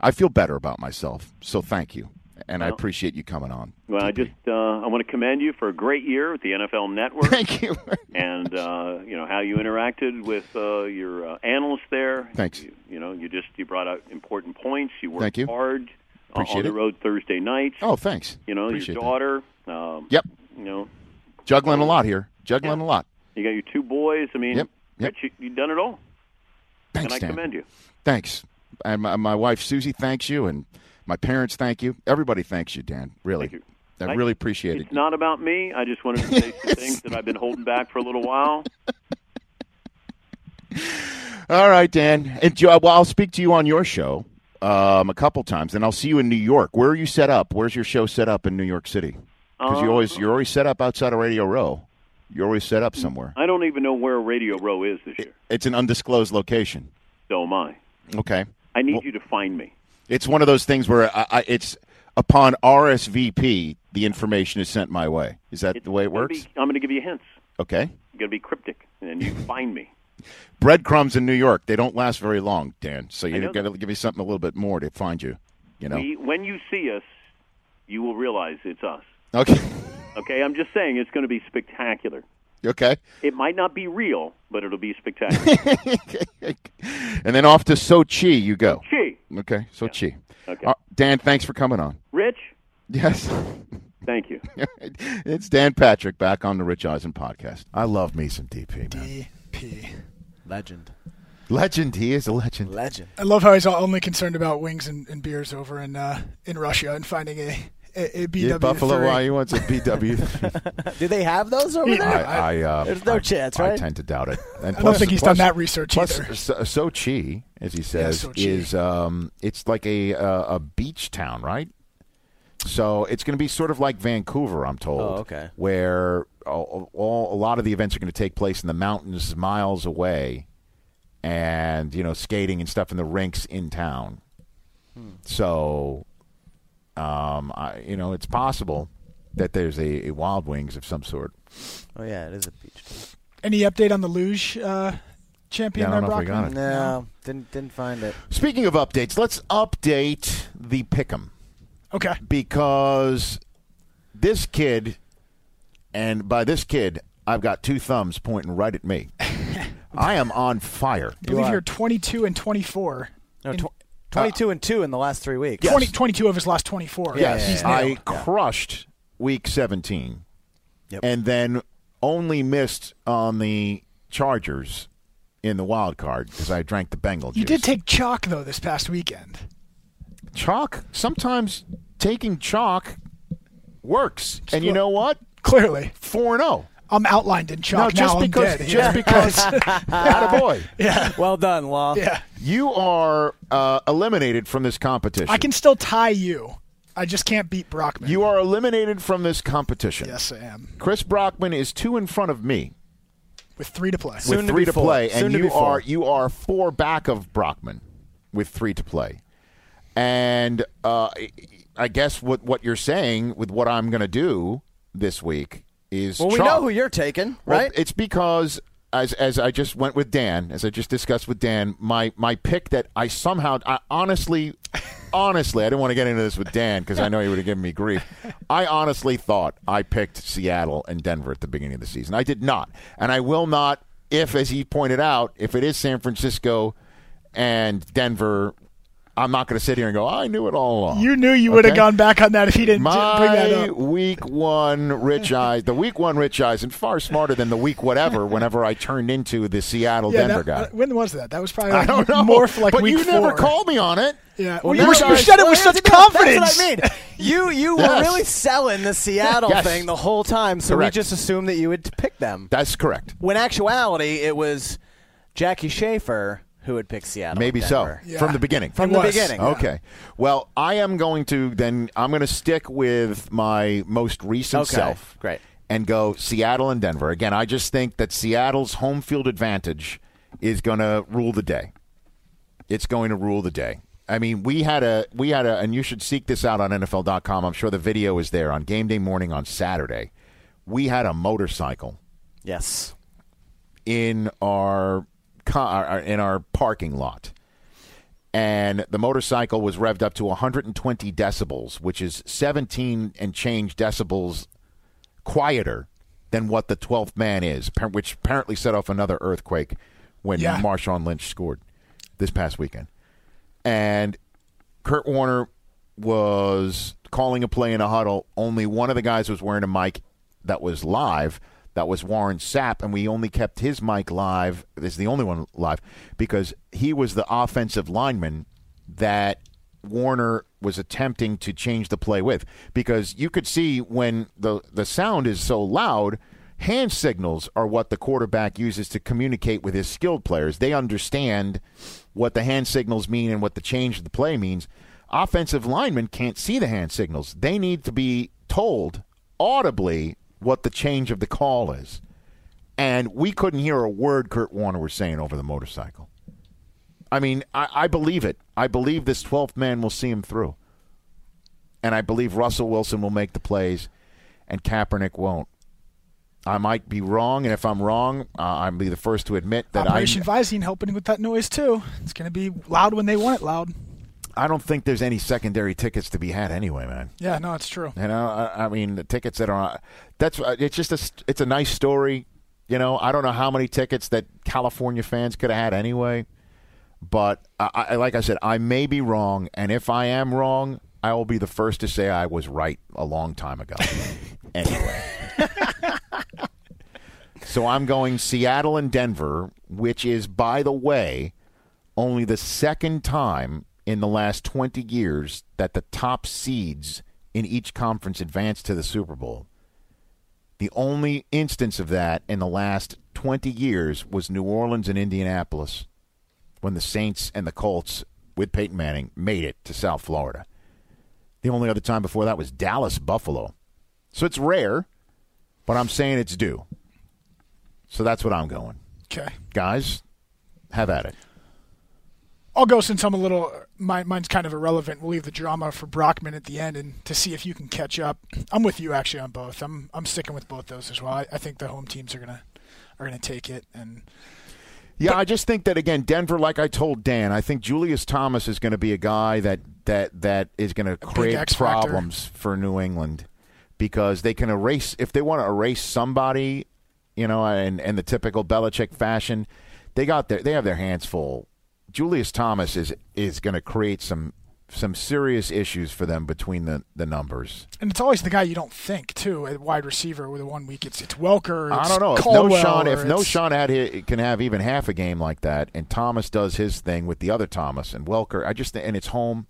S1: I feel better about myself, so thank you, and I
S5: Well-
S1: appreciate you <laughs> coming on.
S5: Well, I just uh, I want to commend you for a great year at the NFL Network.
S1: Thank you.
S5: and uh, you know how you interacted with uh, your uh, analysts there.
S1: Thanks.
S5: You, you know, you just you brought out important points. You worked
S1: Thank you.
S5: hard uh,
S1: Appreciate
S5: on the
S1: it.
S5: road Thursday nights.
S1: Oh, thanks.
S5: You know,
S1: Appreciate that.
S5: your daughter. Oh. Um,
S1: Yep,
S5: You know,
S1: juggling a lot here, juggling a lot.
S5: you got your two boys. I mean,
S1: Yep, yep.
S5: Rich, you, you've done it all.
S1: Thanks,
S5: and I
S1: Dan.
S5: commend you.
S1: Thanks, and my, my wife Susie thanks you, and my parents thank you. Everybody thanks you, Dan. Really,
S5: Thank you.
S1: I
S5: I-
S1: really appreciate it.
S5: It's not about me. I just wanted to
S1: <laughs>
S5: say some things that I've been holding back for a little while.
S1: All right, Dan. And Joe, well, I'll speak to you on your show um, a couple times, and I'll see you in New York. Where are you set up? Where's your show set up in New York City? Because you
S5: Uh,
S1: always you're always set up outside of Radio Row. You're always set up somewhere.
S5: I don't even know where Radio Row is this year.
S1: It's an undisclosed location.
S5: So am I.
S1: Okay,
S5: I need you to find me.
S1: it's one of those things where I, I, it's upon RSVP the information is sent my way. Is that the way it
S5: Gonna
S1: works?
S5: be- I'm going to give you hints.
S1: Okay.
S5: I'm going to be cryptic, and
S1: <laughs>
S5: then you find me.
S1: Breadcrumbs in New York they don't last very long, Dan. So you
S5: know
S1: got to give me something a little bit more to find you. You know.
S5: We, when you see us, you will realize it's us.
S1: Okay. <laughs>
S5: Okay, I'm just saying it's going to be spectacular.
S1: Okay.
S5: It might not be real, but it'll be
S1: <laughs>
S5: spectacular.
S1: And then off to Sochi you go.
S5: Gee,
S1: Okay, Sochi.
S5: Okay.
S1: Uh, Dan, thanks for coming on. <laughs>
S5: Rich,
S1: Yes.
S5: thank you.
S1: it's Dan Patrick back on the Rich Eisen podcast. I love me some DP, man.
S9: P.
S10: Legend.
S1: Legend. He is a legend.
S10: Legend.
S9: I love how he's only concerned about wings and, and beers over in uh, in Russia and finding a, a, a BW.
S1: Yeah, Buffalo
S9: three.
S1: Wild wants a <laughs> BW.
S10: Do they have those over there?
S1: I, I, uh,
S10: There's no
S1: I-
S10: chance,
S1: I
S10: right?
S1: tend to
S9: <laughs>
S1: doubt it.
S9: I don't think he's done that research
S1: plus,
S9: either.
S1: So, Sochi, as he says,
S9: Sochi.
S1: is um, it's like a uh, a beach town, right? So it's going to be sort of like Vancouver, I'm told.
S10: Oh, okay.
S1: Where all, all a lot of the events are going to take place in the mountains, miles away, and you know, skating and stuff in the rinks in town.
S10: Hmm.
S1: So, um, I, you know, it's possible that there's a, a Wild Wings of some sort.
S10: Oh yeah, it is a beach.
S9: Any update on the luge uh, champion?
S1: Yeah, I don't
S9: there,
S1: know if we
S9: Brockman?
S1: got it.
S10: No, didn't didn't find it.
S1: Speaking of updates, let's update the pick'em
S9: Okay.
S1: because this kid, and by this kid, I've got two thumbs pointing right at
S9: <laughs>
S1: me. I am on fire.
S9: I believe you are 22 and 24.
S10: No,
S9: In-
S1: Uh,
S10: tw- 22 and 2 in the last three weeks.
S9: 20 22 of his last 24.
S1: Yes,
S9: He's
S1: I
S9: nailed.
S1: crushed week 17,
S10: Yep.
S1: and then only missed on the Chargers in the wild card because I drank the Bengal
S9: You
S1: juice.
S9: did take chalk though this past weekend.
S1: chalk. Sometimes taking chalk works, and you
S9: look-
S1: know what?
S9: Clearly,
S1: Four and oh. zero.
S9: I'm outlined in
S1: No,
S9: chalk.
S1: just
S9: now
S1: because,
S9: I'm dead.
S1: just
S9: Yeah.
S10: <laughs>
S1: because, attaboy.
S9: yeah,
S10: Well done, Law.
S9: yeah.
S1: You are uh, eliminated from this competition.
S9: I can still tie you. I just can't beat Brockman.
S1: You are eliminated from this competition.
S9: yes, I am.
S1: Chris Brockman is two in front of me
S9: With three to play.
S10: Soon
S1: with
S10: to
S1: three
S10: be
S1: to,
S10: four.
S1: play,
S10: Soon
S1: and
S10: to
S1: you
S10: be four.
S1: are you are four back of Brockman with three to play. And uh, I guess what what you're saying with what I'm going to do this week is
S10: Well, we
S1: chalk.
S10: know who you're taking,
S1: Well,
S10: right?
S1: it's because as as I just went with Dan, as I just discussed with Dan, my my pick that I somehow I honestly honestly, I didn't want to get into this with Dan because I know he would have given me grief. I honestly thought I picked Seattle and Denver at the beginning of the season. I did not. And I will not if as he pointed out, if it is San Francisco and Denver, I'm not going to sit here and go, I knew it all along.
S9: You knew you would have
S1: Okay?
S9: gone back on that if he didn't
S1: My
S9: bring that up.
S1: week one
S9: <laughs>
S1: Rich Eyes, the week one Rich Eyes, and far smarter than the week whatever. Whenever I turned into the Seattle
S9: Yeah,
S1: Denver
S9: that,
S1: guy,
S9: uh, when was that? That was
S1: <laughs>
S9: probably
S1: I
S9: like
S1: don't know.
S9: morph like
S1: but
S9: week
S1: you never
S9: four.
S1: called me on it.
S9: Yeah,
S1: Well,
S9: well,
S1: now
S9: you, were,
S1: I-
S9: you said it with
S10: Well,
S9: such
S10: that's what I-
S9: confidence.
S10: That's what I mean. You you were
S1: Yes.
S10: really selling the Seattle
S1: Yes.
S10: thing the whole time, so
S1: Correct.
S10: we just assumed that you would pick them.
S1: That's correct.
S10: When actuality, it was Jackie Schaefer who had picked Seattle.
S1: Maybe
S10: and
S1: so.
S10: Denver.
S1: From the beginning.
S10: From
S9: It
S10: the
S9: was.
S10: beginning.
S1: Okay. Well, I am going to then. I'm going to stick with my most recent
S10: Okay.
S1: self.
S10: Great.
S1: And go Seattle and Denver again. I just think that Seattle's home field advantage is going to rule the day. It's going to rule the day. I mean, we had a we had a, and you should seek this out on NFL.com. I'm sure the video is there on game day morning on Saturday. We had a motorcycle
S10: Yes.
S1: in our car in our parking lot and the motorcycle was revved up to 120 decibels which is 17 and change decibels quieter than what the 12th man is par- which apparently set off another earthquake when
S9: Yeah.
S1: Marshawn Lynch scored this past weekend and Kurt Warner was calling a play in a huddle. Only one of the guys was wearing a mic that was live. That was Warren Sapp, and we only kept his mic live. This is the only one live because he was the offensive lineman that Warner was attempting to change the play with. Because you could see when the the sound is so loud, hand signals are what the quarterback uses to communicate with his skilled players. They understand what the hand signals mean and what the change of the play means. Offensive linemen can't see the hand signals. They need to be told audibly what the change of the call is. And we couldn't hear a word Kurt Warner was saying over the motorcycle. I mean, I, I believe it. I believe this 12th man will see him through. And I believe Russell Wilson will make the plays and Kaepernick won't. I might be wrong, and if I'm wrong, uh, I'll be the first to admit that
S9: Operation
S1: I
S9: Visine helping with that noise too. It's going to be loud when they want it loud.
S1: I don't think there's any secondary tickets to be had anyway, man.
S9: Yeah, no, it's true.
S1: You know, I, I mean, the tickets that are on, that's uh, it's just a st- it's a nice story. You know, I don't know how many tickets that California fans could have had anyway, but I, I, like I said, I may be wrong, and if I am wrong, I will be the first to say I was right a long time ago. anyway, so I'm going Seattle and Denver, which is, by the way, only the second time in the last 20 years that the top seeds in each conference advanced to the Super Bowl. The only instance of that in the last 20 years was New Orleans and Indianapolis when the Saints and the Colts with Peyton Manning made it to South Florida. The only other time before that was Dallas Buffalo. So it's rare, but I'm saying it's due. So that's what I'm going.
S9: Okay.
S1: Guys, have at it.
S9: I'll go since I'm a little. My, mine's kind of irrelevant. We'll leave the drama for Brockman at the end and to see if you can catch up. I'm with you actually on both. I'm I'm sticking with both those as well. I, I think the home teams are gonna are gonna take it and
S1: Yeah, I just think that again, Denver. Like I told Dan, I think Julius Thomas is going to be a guy that that that is going to create
S9: X factor.
S1: problems for New England because they can erase if they want to erase somebody, you know, and and the typical Belichick fashion, they got their they have their hands full. Julius Thomas is is going to create some some serious issues for them between the the numbers.
S9: and it's always the guy you don't think too at wide receiver with the one week it's it's Welker.
S1: I
S9: It's
S1: don't know. If
S9: Caldwell,
S1: no Sean,
S9: or
S1: if no
S9: it's-
S1: Sean had hi- can have even half a game like that, and Thomas does his thing with the other Thomas and Welker, I just and it's home.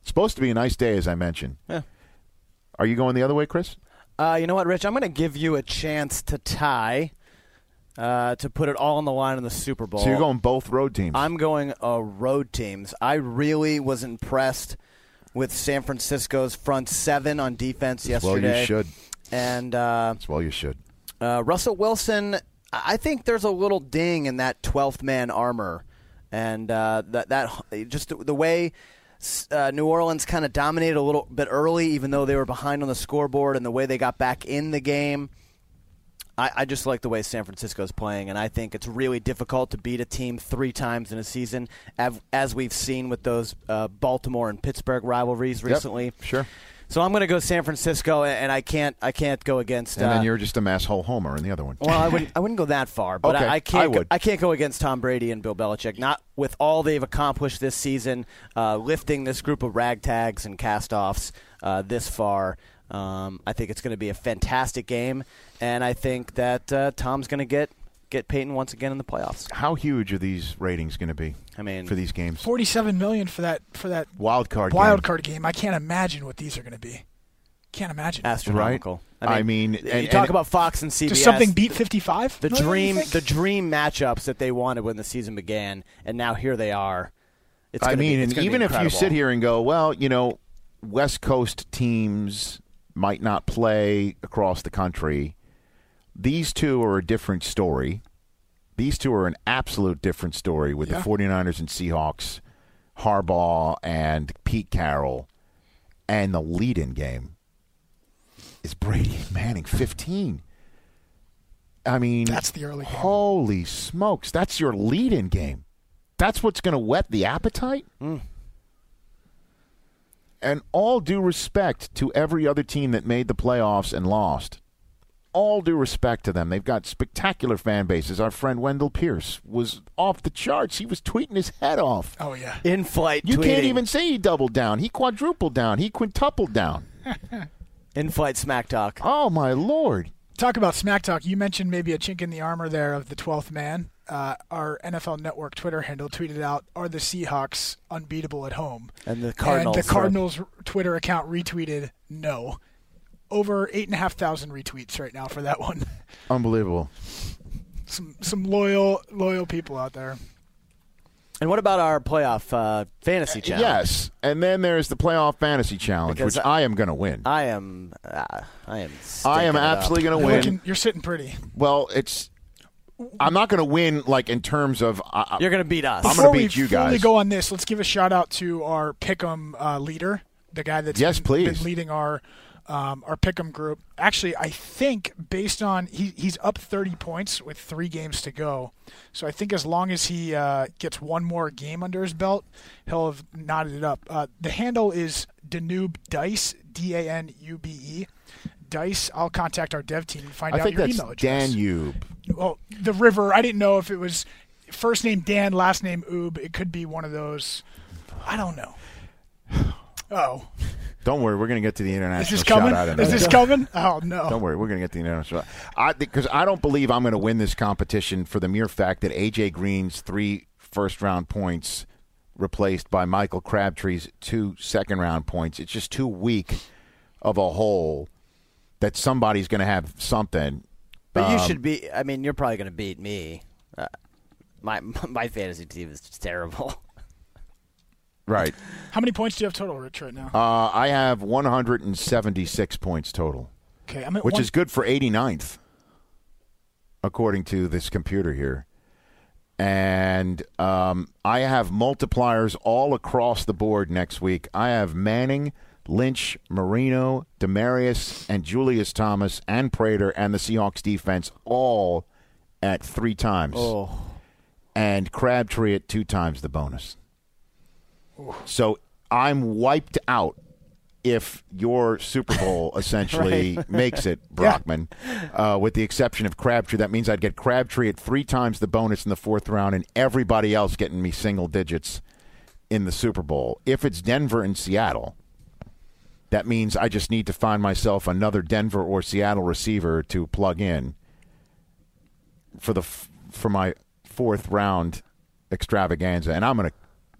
S1: It's supposed to be a nice day, as I mentioned.
S10: Yeah.
S1: Are you going the other way, Chris?
S10: Uh, you know what, Rich? I'm going to give you a chance to tie, uh, to put it all on the line in the Super Bowl.
S1: So you're going both road teams.
S10: I'm going uh, road teams. I really was impressed with San Francisco's front seven on defense
S1: As well you
S10: yesterday.
S1: should.
S10: And uh,
S1: As well, you should.
S10: uh, Russell Wilson, I I think there's a little ding in that 12th man armor, and uh, that that just the, the way. s- Uh, New Orleans kind of dominated a little bit early, even though they were behind on the scoreboard, and the way they got back in the game. I, I just like the way San Francisco's playing, and I think it's really difficult to beat a team three times in a season, av- as we've seen with those uh, Baltimore and Pittsburgh rivalries recently.
S1: Sure.
S10: So I'm going to go San Francisco, a- and I can't, I can't go against.
S1: And
S10: uh,
S1: then you're just a mass hole homer in the other one.
S10: well, I wouldn't. I wouldn't go that far, but
S1: Okay,
S10: I, I can't.
S1: I would.
S10: Go, I can't go against Tom Brady and Bill Belichick. Not with all they've accomplished this season, uh, lifting this group of ragtags and castoffs uh, this far. Um, I think it's going to be a fantastic game, and I think that uh, Tom's going to get get Peyton once again in the playoffs.
S1: How huge are these ratings going to be?
S10: I mean,
S1: for these games,
S9: 47 million for that for that
S1: wild card,
S9: wild
S1: game.
S9: card game. I can't imagine what these are gonna be. Can't imagine.
S10: Astronomical.
S1: Right? I mean,
S10: you
S1: and-
S10: talk
S1: and-
S10: about Fox and CBS.
S9: Does something beat 55?
S10: the
S9: million, you
S10: dream
S9: think?
S10: the dream matchups that they wanted when the season began and now here they are it's
S1: I
S10: gonna be-
S1: mean,
S10: it's
S1: and
S10: gonna be
S1: even if you
S10: incredible.
S1: sit here and go, well, you know, West Coast teams might not play across the country. These two are a different story. These two are an absolute different story with
S9: Yeah.
S1: the 49ers and Seahawks, Harbaugh and Pete Carroll, and the lead in game is Brady and Manning 15. I mean,
S9: That's the early game.
S1: Holy smokes, that's your lead-in game. That's what's going to whet the appetite.
S9: Mm.
S1: And all due respect to every other team that made the playoffs and lost. All due respect to them. They've got spectacular fan bases. Our friend Wendell Pierce was off the charts. He was tweeting his head off.
S9: Oh yeah.
S10: in flight
S1: You can't
S10: tweeting,
S1: even say he doubled down. He quadrupled down. He quintupled down.
S10: in flight smack talk
S1: Oh my lord.
S9: Talk about smack talk. You mentioned maybe a chink in the armor there of the 12th man. Uh, our NFL Network Twitter handle tweeted out, "Are the Seahawks unbeatable at home?"
S10: And the Cardinals
S9: And the
S10: were-
S9: Cardinals Twitter account retweeted, "No." Over eight and a half thousand retweets right now for that one. <laughs>
S1: Unbelievable.
S9: some some loyal loyal people out there.
S10: and what about our playoff uh, fantasy challenge
S1: Yes. And then there's the playoff fantasy challenge,
S10: Because
S1: which
S10: I-
S1: I am going to win.
S10: i am uh, i am
S1: I am
S10: stinking it up.
S1: absolutely going to
S9: You're
S1: win.
S9: looking- you're sitting pretty.
S1: Well, it's. I'm not going to win like in terms of. I,
S10: you're going to beat us
S1: I'm
S9: Before
S1: gonna beat
S9: we
S1: you
S9: fully
S1: guys.
S9: go on this, let's give a shout out to our Pick'em uh, leader, the guy that's
S1: Yes,
S9: been,
S1: please.
S9: been leading our um, our Pick'em group. Actually, I think based on he, he's up 30 points with three games to go, so I think as long as he uh, gets one more game under his belt, he'll have knotted it up. Uh, the handle is Danube Dice, D A N U B E. Dice. I'll contact our dev team and find
S1: I
S9: out
S1: think
S9: your
S1: that's
S9: email address
S1: Danube.
S9: well, the river. I didn't know if it was first name Dan, last name Oob. It could be one of those. I don't know. <sighs> Oh,
S1: Don't worry, we're going to get to the
S9: is
S1: international
S9: this
S1: shout
S9: coming?
S1: out. in a
S9: Is this
S1: minute. <laughs>
S9: coming? Oh no.
S1: Don't worry, we're going to get to the international. I because I don't believe I'm going to win this competition for the mere fact that AJ Green's three first round points replaced by Michael Crabtree's two second round points. It's just too weak of a hole that somebody's going to have something.
S10: But you
S1: Um,
S10: should be. I mean, you're probably going to beat me. Uh, my <laughs> my fantasy team is just terrible.
S1: <laughs> right.
S9: How many points do you have total, Rich, right now?
S1: Uh, I have 176 points total.
S9: Okay, I'm at
S1: which
S9: one-
S1: is good for 89th, according to this computer here. And um, I have multipliers all across the board next week. I have Manning, Lynch, Marino, Demarius, and Julius Thomas, and Prater, and the Seahawks defense all at three times.
S10: Oh.
S1: And Crabtree at two times the bonus. So I'm wiped out if your Super Bowl
S13: <laughs>
S1: essentially
S13: Right.
S1: makes it,
S13: Yeah.
S1: Brockman, uh, with the exception of Crabtree. That means I'd get Crabtree at three times the bonus in the fourth round and everybody else getting me single digits in the Super Bowl. If it's Denver and Seattle, that means I just need to find myself another Denver or Seattle receiver to plug in for the f- for my fourth round extravaganza, and I'm going to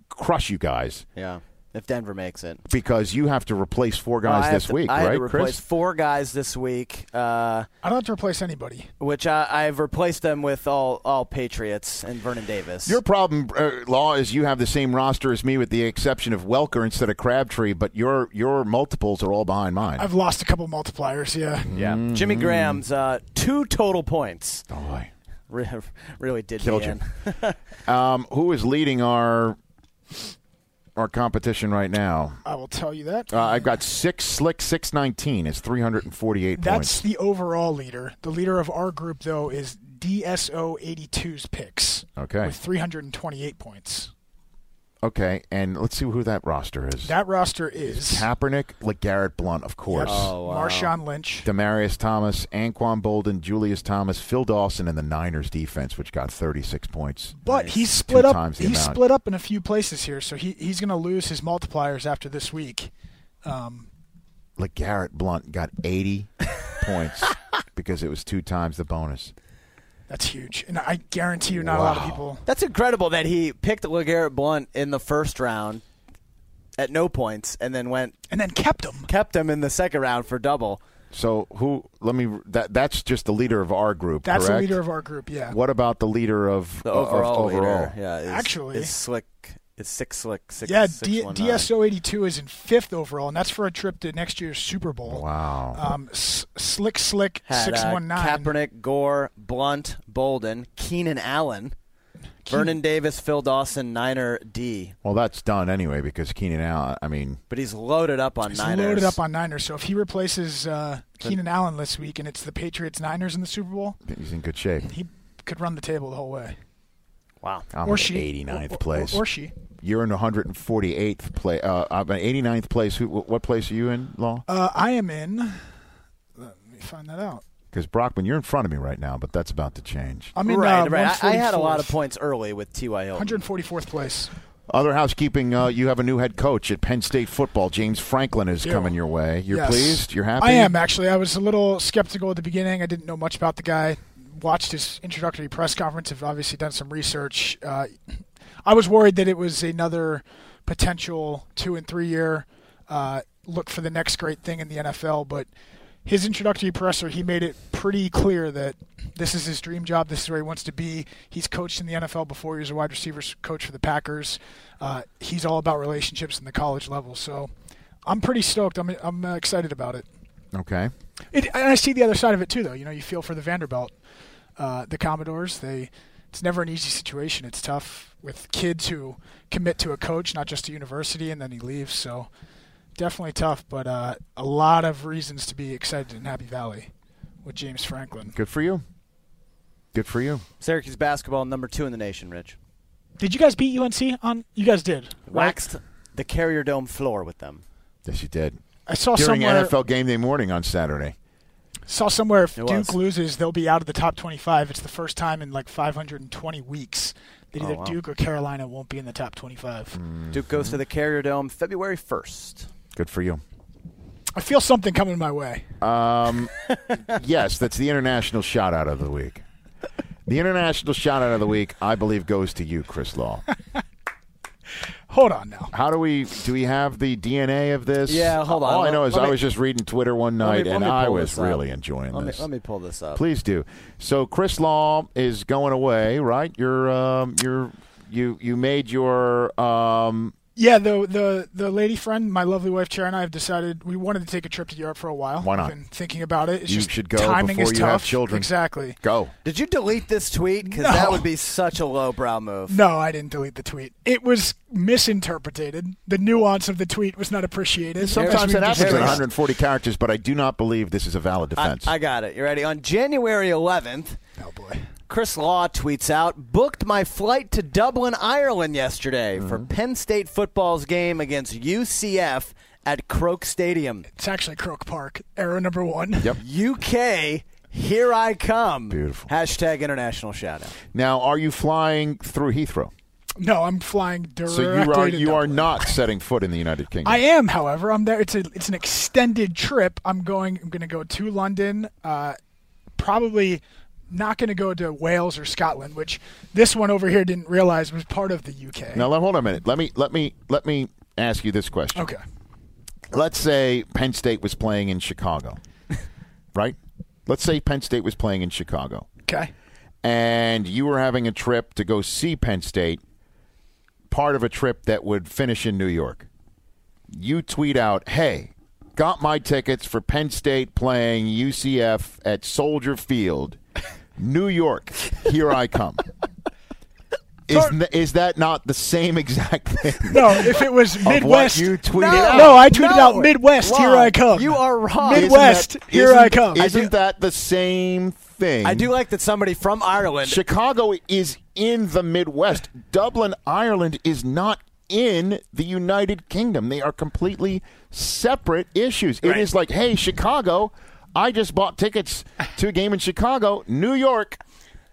S1: crush you guys
S10: Yeah, if Denver makes it.
S1: because you have to replace four guys
S10: I have
S1: this
S10: to-
S1: week,
S10: I had
S1: right,
S10: to replace
S1: Chris?
S10: four guys this week. Uh,
S9: I don't have to replace anybody.
S10: which I, I've replaced them with all all Patriots and Vernon Davis.
S1: Your problem, uh, Law, is you have the same roster as me with the exception of Welker instead of Crabtree, but your your multiples are all behind mine.
S9: I've lost a couple multipliers, yeah.
S10: yeah,
S1: Mm.
S10: Jimmy Graham's uh, two total points. Oh
S1: boy,
S10: <laughs> really did
S1: Killed
S10: me
S1: you.
S10: in.
S1: um, who is leading our our competition right now?
S9: I will tell you that.
S1: Uh, I've got six slick six nineteen. It's three hundred and forty eight points.
S9: That's the overall leader. The leader of our group, though, is DSO82's picks.
S1: Okay.
S9: With 328 points.
S1: Okay, and let's see who that roster is.
S9: That roster is
S1: Kaepernick, LeGarrette Blunt, of course.
S9: Yes. Oh, wow. Marshawn Lynch.
S1: Demarius Thomas, Anquan Bolden, Julius Thomas, Phil Dawson, and the Niners defense, which got 36 points.
S9: But
S1: Nice.
S9: he's split
S1: Two
S9: up.
S1: times the
S9: He's
S1: amount.
S9: split up in a few places here, so he, he's going to lose his multipliers after this week. Um,
S1: LeGarrette Blunt got
S9: <laughs>
S1: 80 points because it was two times the bonus.
S9: that's huge, and I guarantee you, not a lot of
S10: Wow.
S9: people.
S10: That's incredible that he picked LeGarrette Blunt in the first round at no points and then went
S9: and then kept him.
S10: Kept him in the second round for double.
S1: So who? Let me. That that's just the leader of our group.
S9: That's
S1: correct?
S9: the leader of our group. Yeah.
S1: What about the leader of
S10: The
S1: uh, of
S10: overall,
S1: overall?
S10: leader, yeah, is,
S9: Actually-
S10: is slick is six slick six.
S9: yeah,
S10: six,
S9: D-
S10: one, nine.
S9: DSO82 is in fifth overall, and that's for a trip to next year's Super Bowl.
S1: Wow.
S9: Um, S- Slick Slick
S10: Had,
S9: six
S10: uh,
S9: one nine.
S10: Kaepernick, Gore, Blunt, Bolden, Keenan Allen, Vernon Davis, Phil Dawson, Niner D.
S1: Well, that's done anyway because Keenan Allen. I mean,
S10: But he's loaded up on
S9: He's
S10: Niners.
S9: loaded up on Niners, so if he replaces uh,
S1: Then-
S9: Keenan Allen this week, and it's the Patriots Niners in the Super Bowl,
S1: he's in good shape.
S9: he could run the table the whole way.
S10: Wow.
S1: I'm
S9: Or
S1: in
S9: she.
S1: 89th
S9: Or- or-
S1: place.
S9: or- or she.
S1: You're in 148th place. Uh, I'm in 89th place. Who, wh- what place are you in, Law?
S9: Uh, I am in. Let me find that out.
S1: Because Brockman, you're in front of me right now, but that's about to change.
S9: I'm in,
S10: right,
S9: uh,
S10: right. I, I had a lot of
S9: 144th.
S10: points early with T.Y. Hilton.
S9: 144th place.
S1: Other housekeeping. Uh, you have a new head coach at Penn State football. James Franklin is
S9: do.
S1: coming your way. You're
S9: Yes.
S1: pleased. You're happy.
S9: I am actually. I was a little skeptical at the beginning. I didn't know much about the guy. Watched his introductory press conference. Have obviously done some research. Uh, I was worried that it was another potential two and three year uh, look for the next great thing in the NFL, but. His introductory presser, he made it pretty clear that this is his dream job. This is where he wants to be. He's coached in the NFL before. He was a wide receivers coach for the Packers. Uh, he's all about relationships in the college level. So I'm pretty stoked. I'm I'm uh, excited about it.
S1: Okay.
S9: it. And I see the other side of it too, though. You know, you feel for the Vanderbilt, uh, the Commodores. They it's never an easy situation. It's tough with kids who commit to a coach, not just to university, and then he leaves. So definitely tough, but uh, a lot of reasons to be excited in Happy Valley with James Franklin.
S1: Good for you. Good for you.
S10: Syracuse basketball, number two in the nation, Rich.
S9: Did you guys beat UNC on? You guys did.
S10: Waxed the Carrier Dome floor with them.
S1: Yes, you did.
S9: I saw
S1: during
S9: somewhere-
S1: NFL game day morning on Saturday.
S9: Saw somewhere if
S1: It
S9: Duke
S1: was.
S9: loses, they'll be out of the top 25. It's the first time in like 520 weeks that
S10: Oh,
S9: either
S10: wow.
S9: Duke or Carolina won't be in the top 25.
S1: Mm.
S10: Duke goes to the Carrier Dome February 1st.
S1: Good for
S9: <laughs>
S1: you.
S9: I feel something coming my way.
S1: Um, yes, that's the international shout out of the week. The international shout out of the week, I believe, goes to you, Chris Law.
S9: Hold on now.
S1: How do we do? We have the DNA of this.
S10: Yeah, hold on.
S1: All I know is
S10: Let
S1: I
S10: me-
S1: was just reading Twitter one
S10: Let me-
S1: night
S10: let
S1: and
S10: me pull
S1: I was
S10: this up.
S1: really enjoying
S10: Let me-
S1: this.
S10: let me pull this up.
S1: Please do. So Chris Law is going away, right? You're um, you're you you made your um,
S9: Yeah, the the the lady friend, my lovely wife Chair, and I have decided we wanted to take a trip to Europe for a while.
S1: Why not?
S9: We've been thinking about it. It's
S1: You
S9: just
S1: should go
S9: timing
S1: before
S9: is
S1: you have
S9: tough.
S1: children.
S9: Exactly.
S1: go.
S10: Did you delete this tweet? Because
S9: No.
S10: that would be such a lowbrow move.
S9: No, I didn't delete the tweet. It was misinterpreted. The nuance of the tweet was not appreciated.
S1: Sometimes
S9: As we
S1: it happens in
S9: discussed.
S1: 140 characters, but I do not believe this is a valid
S10: I,
S1: defense.
S10: I got it. You ready? On January 11th, oh boy, Chris Law tweets out, "Booked my flight to Dublin, Ireland yesterday for
S1: Mm-hmm.
S10: Penn State football's game against UCF at Croke Stadium.
S9: It's actually Croke Park, error number one.
S1: Yep.
S10: UK, here I come."
S1: Beautiful.
S10: Hashtag international shout out.
S1: now, are you flying through Heathrow?
S9: No, I'm flying directly
S1: So you are
S9: to
S1: you are not setting foot in the United Kingdom.
S9: I am, however, I'm there. It's a it's an extended trip. I'm going. I'm going to go to London. Uh, probably not going to go to Wales or Scotland, which this one over here didn't realize was part of the UK.
S1: Now, let, hold on a minute. Let me let me let me ask you this question.
S9: Okay.
S1: Let's say Penn State was playing in Chicago, right? Let's say Penn State was playing in Chicago,
S9: Okay.
S1: and you were having a trip to go see Penn State, part of a trip that would finish in New York. You tweet out, "Hey, got my tickets for Penn State playing UCF at Soldier Field, New York. Here I come." Is, n- is that not the same exact thing?
S9: No, if
S1: <laughs>
S9: it was
S1: what
S9: Midwest,
S1: you tweeted
S9: no,
S1: out.
S9: no, I tweeted out
S10: No.
S9: Midwest. here
S10: Wow.
S9: I come.
S10: You are wrong.
S1: Isn't
S9: Midwest.
S1: that-
S9: here
S1: isn't-
S9: I come.
S1: Isn't that the same thing?
S10: I do like that somebody from Ireland.
S1: Chicago is in the Midwest. Dublin, Ireland is not in the United Kingdom. They are completely separate issues. It is like, hey, Chicago, I just bought tickets to a game in Chicago, New York.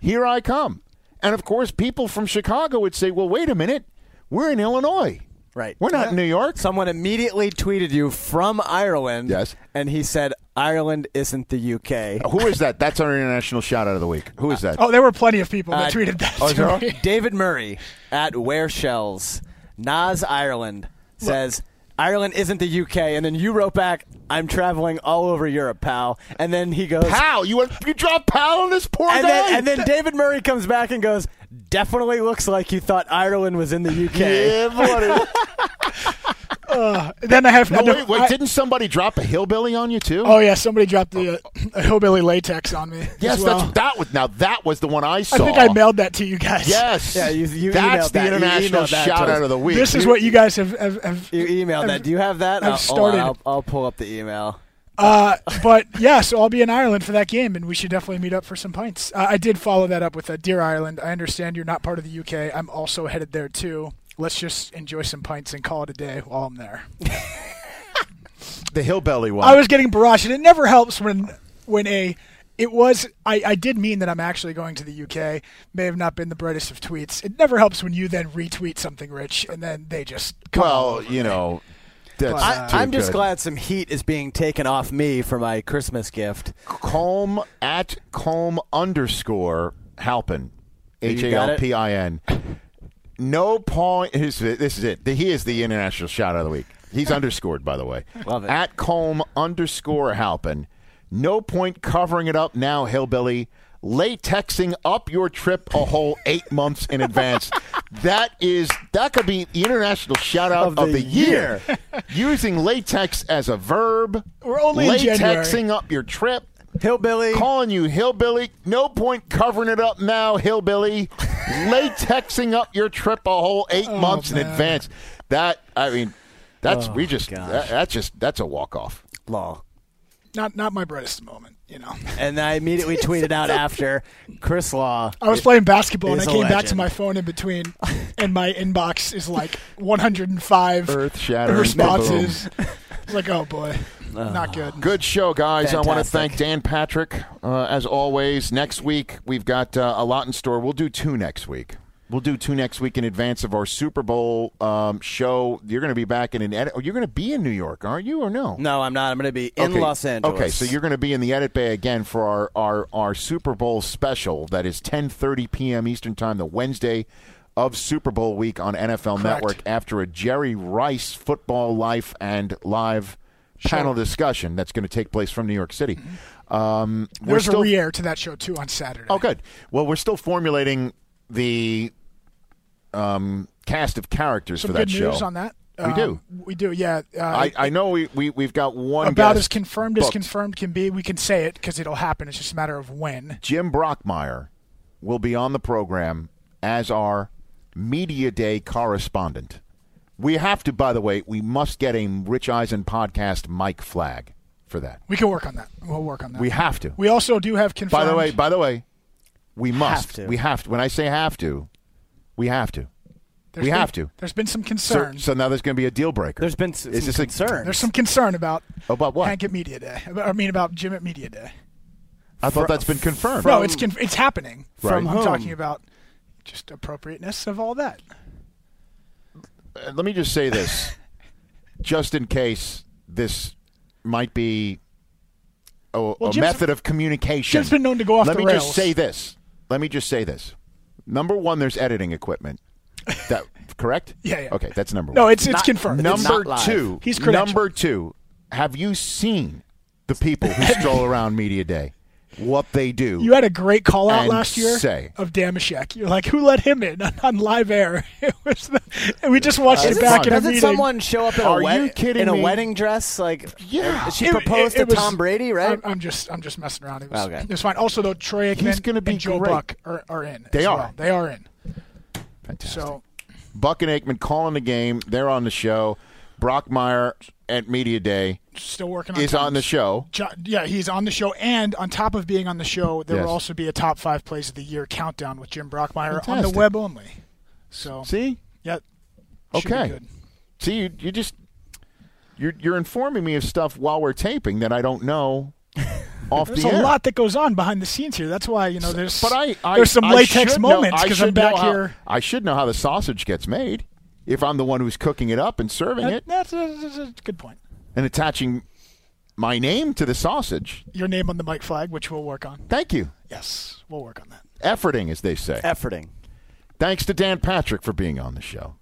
S1: Here I come. And of course, people from Chicago would say, well, wait a minute. We're in Illinois.
S10: Right.
S1: We're not in New York.
S10: Someone immediately tweeted you from Ireland.
S1: Yes. Uh,
S10: And he said, Ireland isn't the UK.
S1: Who is that? That's our international shout out of the week. Who is that?
S9: oh, there were plenty of people
S10: Uh,
S9: that tweeted that.
S1: oh, is
S9: to
S1: there?
S9: me.
S10: <laughs> David Murray at Wear Shells, Nas Ireland says, Ireland isn't the UK. And then you wrote back, I'm traveling all over Europe, pal. And then he goes,
S1: Pal, you you dropped Pal on this poor
S10: And
S1: guy.
S10: then, and then David Murray comes back and goes, definitely looks like you thought Ireland was in the UK.
S1: Yeah,
S9: <laughs>
S1: buddy.
S9: Then I have
S1: No,
S9: no,
S1: wait, wait.
S9: I-
S1: didn't somebody drop a hillbilly on you too?
S9: Oh yeah, somebody dropped the uh, <clears throat> hillbilly latex on me.
S1: yes,
S9: as well.
S1: that's that was now that was the one I
S9: I
S1: saw.
S9: think I mailed that to you guys.
S1: Yes,
S10: Yeah, you- you
S1: that's
S10: emailed
S1: the
S10: that. You
S1: international
S10: emailed that
S1: shout
S10: to us.
S1: out of the week.
S9: This is what you guys have. have, have
S10: You emailed that. Do you have that?
S9: I've
S10: Uh, hold on,
S9: started.
S10: I'll, I'll pull up the email.
S9: Uh, but yeah, so I'll be in Ireland for that game, and we should definitely meet up for some pints. Uh, I did follow that up with a dear Ireland. I understand you're not part of the UK. I'm also headed there too. Let's just enjoy some pints and call it a day while I'm there.
S1: the hillbilly one.
S9: I was getting barraged, and it never helps when when a it was I, I did mean that I'm actually going to the UK. May have not been the brightest of tweets. It never helps when you then retweet something, Rich, and then they just come all
S1: well,
S9: over
S1: you
S9: me.
S1: know, that's
S9: But, uh,
S1: too
S10: I, I'm just
S1: good.
S10: glad some heat is being taken off me for my Christmas gift.
S1: Comb at comb underscore Halpin, H A
S10: got
S1: L
S10: it?
S1: P I N. No point. This is it. This is it. He is the international shout out of the week.
S10: <laughs>
S1: He's underscored, by the way.
S10: Love it.
S1: At comb underscore Halpin. No point covering it up now, hillbilly. Latexing up your trip a whole eight months in
S10: <laughs>
S1: advance. That is that could be the international shout out of,
S10: Of the
S1: the year. <laughs> Using latex as a verb.
S9: We're only in January.
S1: latexing up your trip.
S10: Hillbilly.
S1: Calling you hillbilly. No point covering it up now, hillbilly. Latexing up your trip a whole eight months in
S9: Oh, man. Oh,
S1: advance. That I mean, that's we just that, that's just that's a walk off.
S10: Law.
S9: not not my brightest moment. You know,
S10: And
S1: <laughs>
S10: I immediately tweeted out after Chris Law.
S9: I was playing basketball and I
S10: He's a
S9: came back to
S10: legend.
S9: my phone in between, and my inbox is like 105
S1: Earth-shattering
S9: responses. <laughs> It's like, oh boy,
S10: Ah.
S9: not good.
S1: Good show, guys. I want to
S10: Fantastic.
S1: thank Dan Patrick uh, as always. Next week we've got uh, a lot in store. We'll do two next week. We'll do two next week in advance of our Super Bowl um, show. You're going to be back in an edit. You're going to be in New York, aren't you, or no?
S10: No, I'm not. I'm going to be in Los Angeles.
S1: Okay, so you're going to be in the edit bay again for our, our, our Super Bowl special that is 10:30 p.m. Eastern Time, the Wednesday of Super Bowl week on NFL Network after a Jerry Rice football life and live panel discussion that's going to take place from New York City. Um, we're
S9: Mm-hmm. There's
S1: still
S9: a re-air to that show too on Saturday.
S1: Oh, good. Well, we're still formulating the um, cast of characters
S9: Some
S1: for that
S9: good
S1: show.
S9: news on that.
S1: We
S9: Um,
S1: do.
S9: We do. Yeah. Uh,
S1: I, I know we, we we've got one
S9: about
S1: guest
S9: as confirmed as
S1: booked.
S9: confirmed can be. We can say it because it'll happen. It's just a matter of when.
S1: Jim Brockmeyer will be on the program as our media day correspondent. We have to, by the way, we must get a Rich Eisen podcast mic flag for that.
S9: We can work on that. We'll work on that.
S1: We have to.
S9: We also do have
S1: By
S9: confirmed.
S1: the way, by the way, we must.
S9: Have to.
S1: We have to. When I say have to, we have to.
S9: There's
S1: we
S9: been-
S1: have to.
S9: There's been some
S1: So,
S9: concern.
S1: so now there's going to be a deal breaker. There's been some concern.
S9: There's some concern about
S1: about what?
S9: Hank at Media Day. About- I mean, about Jim at Media Day.
S1: I thought that's been confirmed.
S9: no, it's conf- it's happening.
S1: Right. From
S9: I'm
S1: whom?
S9: talking about just appropriateness of all that.
S1: Uh, let me just say
S9: <laughs>
S1: this, just in case this might be a, a
S9: Jim's-
S1: method of communication.
S9: Jim's been known to go off
S1: Let
S9: the
S1: me
S9: rails.
S1: just say this. Let me just say this. Number one, there's editing equipment. That <laughs> correct?
S9: Yeah, yeah.
S1: Okay, that's number one.
S9: No, it's- it's Not- confirmed. it's
S1: Number
S9: not live.
S1: two.
S9: He's credentialed.
S1: number two. Have you seen the people
S9: <laughs>
S1: who stroll around media day? What they do?
S9: You had a great call out
S1: And
S9: last year
S1: say.
S9: of Damashek. You're like, who let him in <laughs> on, on live air? <laughs> It was the, and we just watched it
S10: Isn't-
S9: back in a
S10: Doesn't
S9: meeting.
S10: someone show up in
S1: Are
S10: a wed-
S1: you kidding
S10: in a
S1: me?
S10: wedding dress? Like,
S1: Yeah.
S10: she
S9: It-
S10: proposed
S9: it- it was-
S10: to Tom Brady, right?
S9: I'm, I'm just, I'm just messing around. It was,
S10: Okay.
S9: it was fine. Also, though, Troy
S1: He's
S9: Aikman
S1: gonna be
S9: and Joe
S1: great.
S9: Buck are, are in.
S1: They
S9: as
S1: are.
S9: well. They are in.
S1: Fantastic.
S9: So
S1: Buck and Aikman calling the game. They're on the show. Brockmeyer at media day
S9: still working on
S1: is on the
S9: times.
S1: show.
S9: Jo- yeah, he's on the show, and on top of being on the show, there
S1: Yes.
S9: will also be a top five plays of the year countdown with Jim Brockmeyer on the
S1: Fantastic.
S9: web only. So
S1: See?
S9: yeah, should be
S1: Okay.
S9: good.
S1: See, you, you just you're you're informing me of stuff while we're taping that I don't
S9: <laughs>
S1: know off
S9: There's
S1: the
S9: a
S1: air.
S9: lot that goes on behind the scenes here. That's why you know there's
S1: but I, I
S9: there's some
S1: I
S9: latex
S1: should know-
S9: moments
S1: I
S9: because I'm
S1: should know
S9: back
S1: how-
S9: here.
S1: I should know how the sausage gets made if I'm the one who's cooking it up and serving
S9: That-
S1: it
S9: that's, a, that's a good point.
S1: and attaching my name to the sausage.
S9: Your name on the mic flag, which we'll work on.
S1: Thank you.
S9: Yes, we'll work on that.
S1: Efforting, as they say.
S10: Efforting.
S1: Thanks to Dan Patrick for being on the show.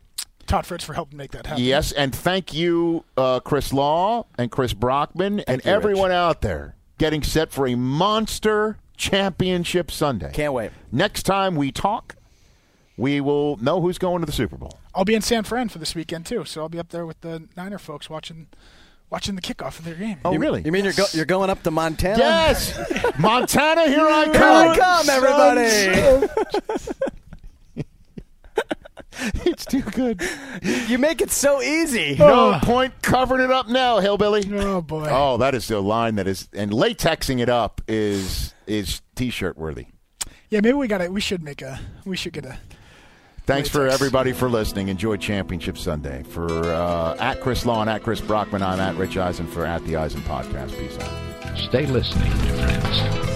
S9: Todd Fritz for helping make that happen.
S1: Yes, and thank you, uh, Chris Law and Chris Brockman and
S10: you, Rich.
S1: everyone out there getting set for a monster championship Sunday.
S10: Can't wait.
S1: Next time we talk, we will know who's going to the Super Bowl.
S9: I'll be in San Fran for this weekend too, so I'll be up there with the Niner folks watching watching the kickoff of their game.
S1: Oh, really?
S10: You mean you're go- you're going up to Montana? <laughs>
S1: Yes, Montana, here I
S10: Here I
S1: come.
S10: come, everybody!
S1: It's too
S10: <laughs>
S1: good.
S10: you make it so easy.
S1: No point covering it up now, hillbilly.
S9: Oh boy.
S1: Oh, that is the line that is, and latexing it up is is t-shirt worthy.
S9: Yeah, maybe we got to We should make a. We should get a.
S1: Thanks for everybody for listening. Enjoy Championship Sunday. For uh, at Chris Law and at Chris Brockman, I'm at Rich Eisen for at the Eisen Podcast. Peace out.
S8: Stay listening, dear friends.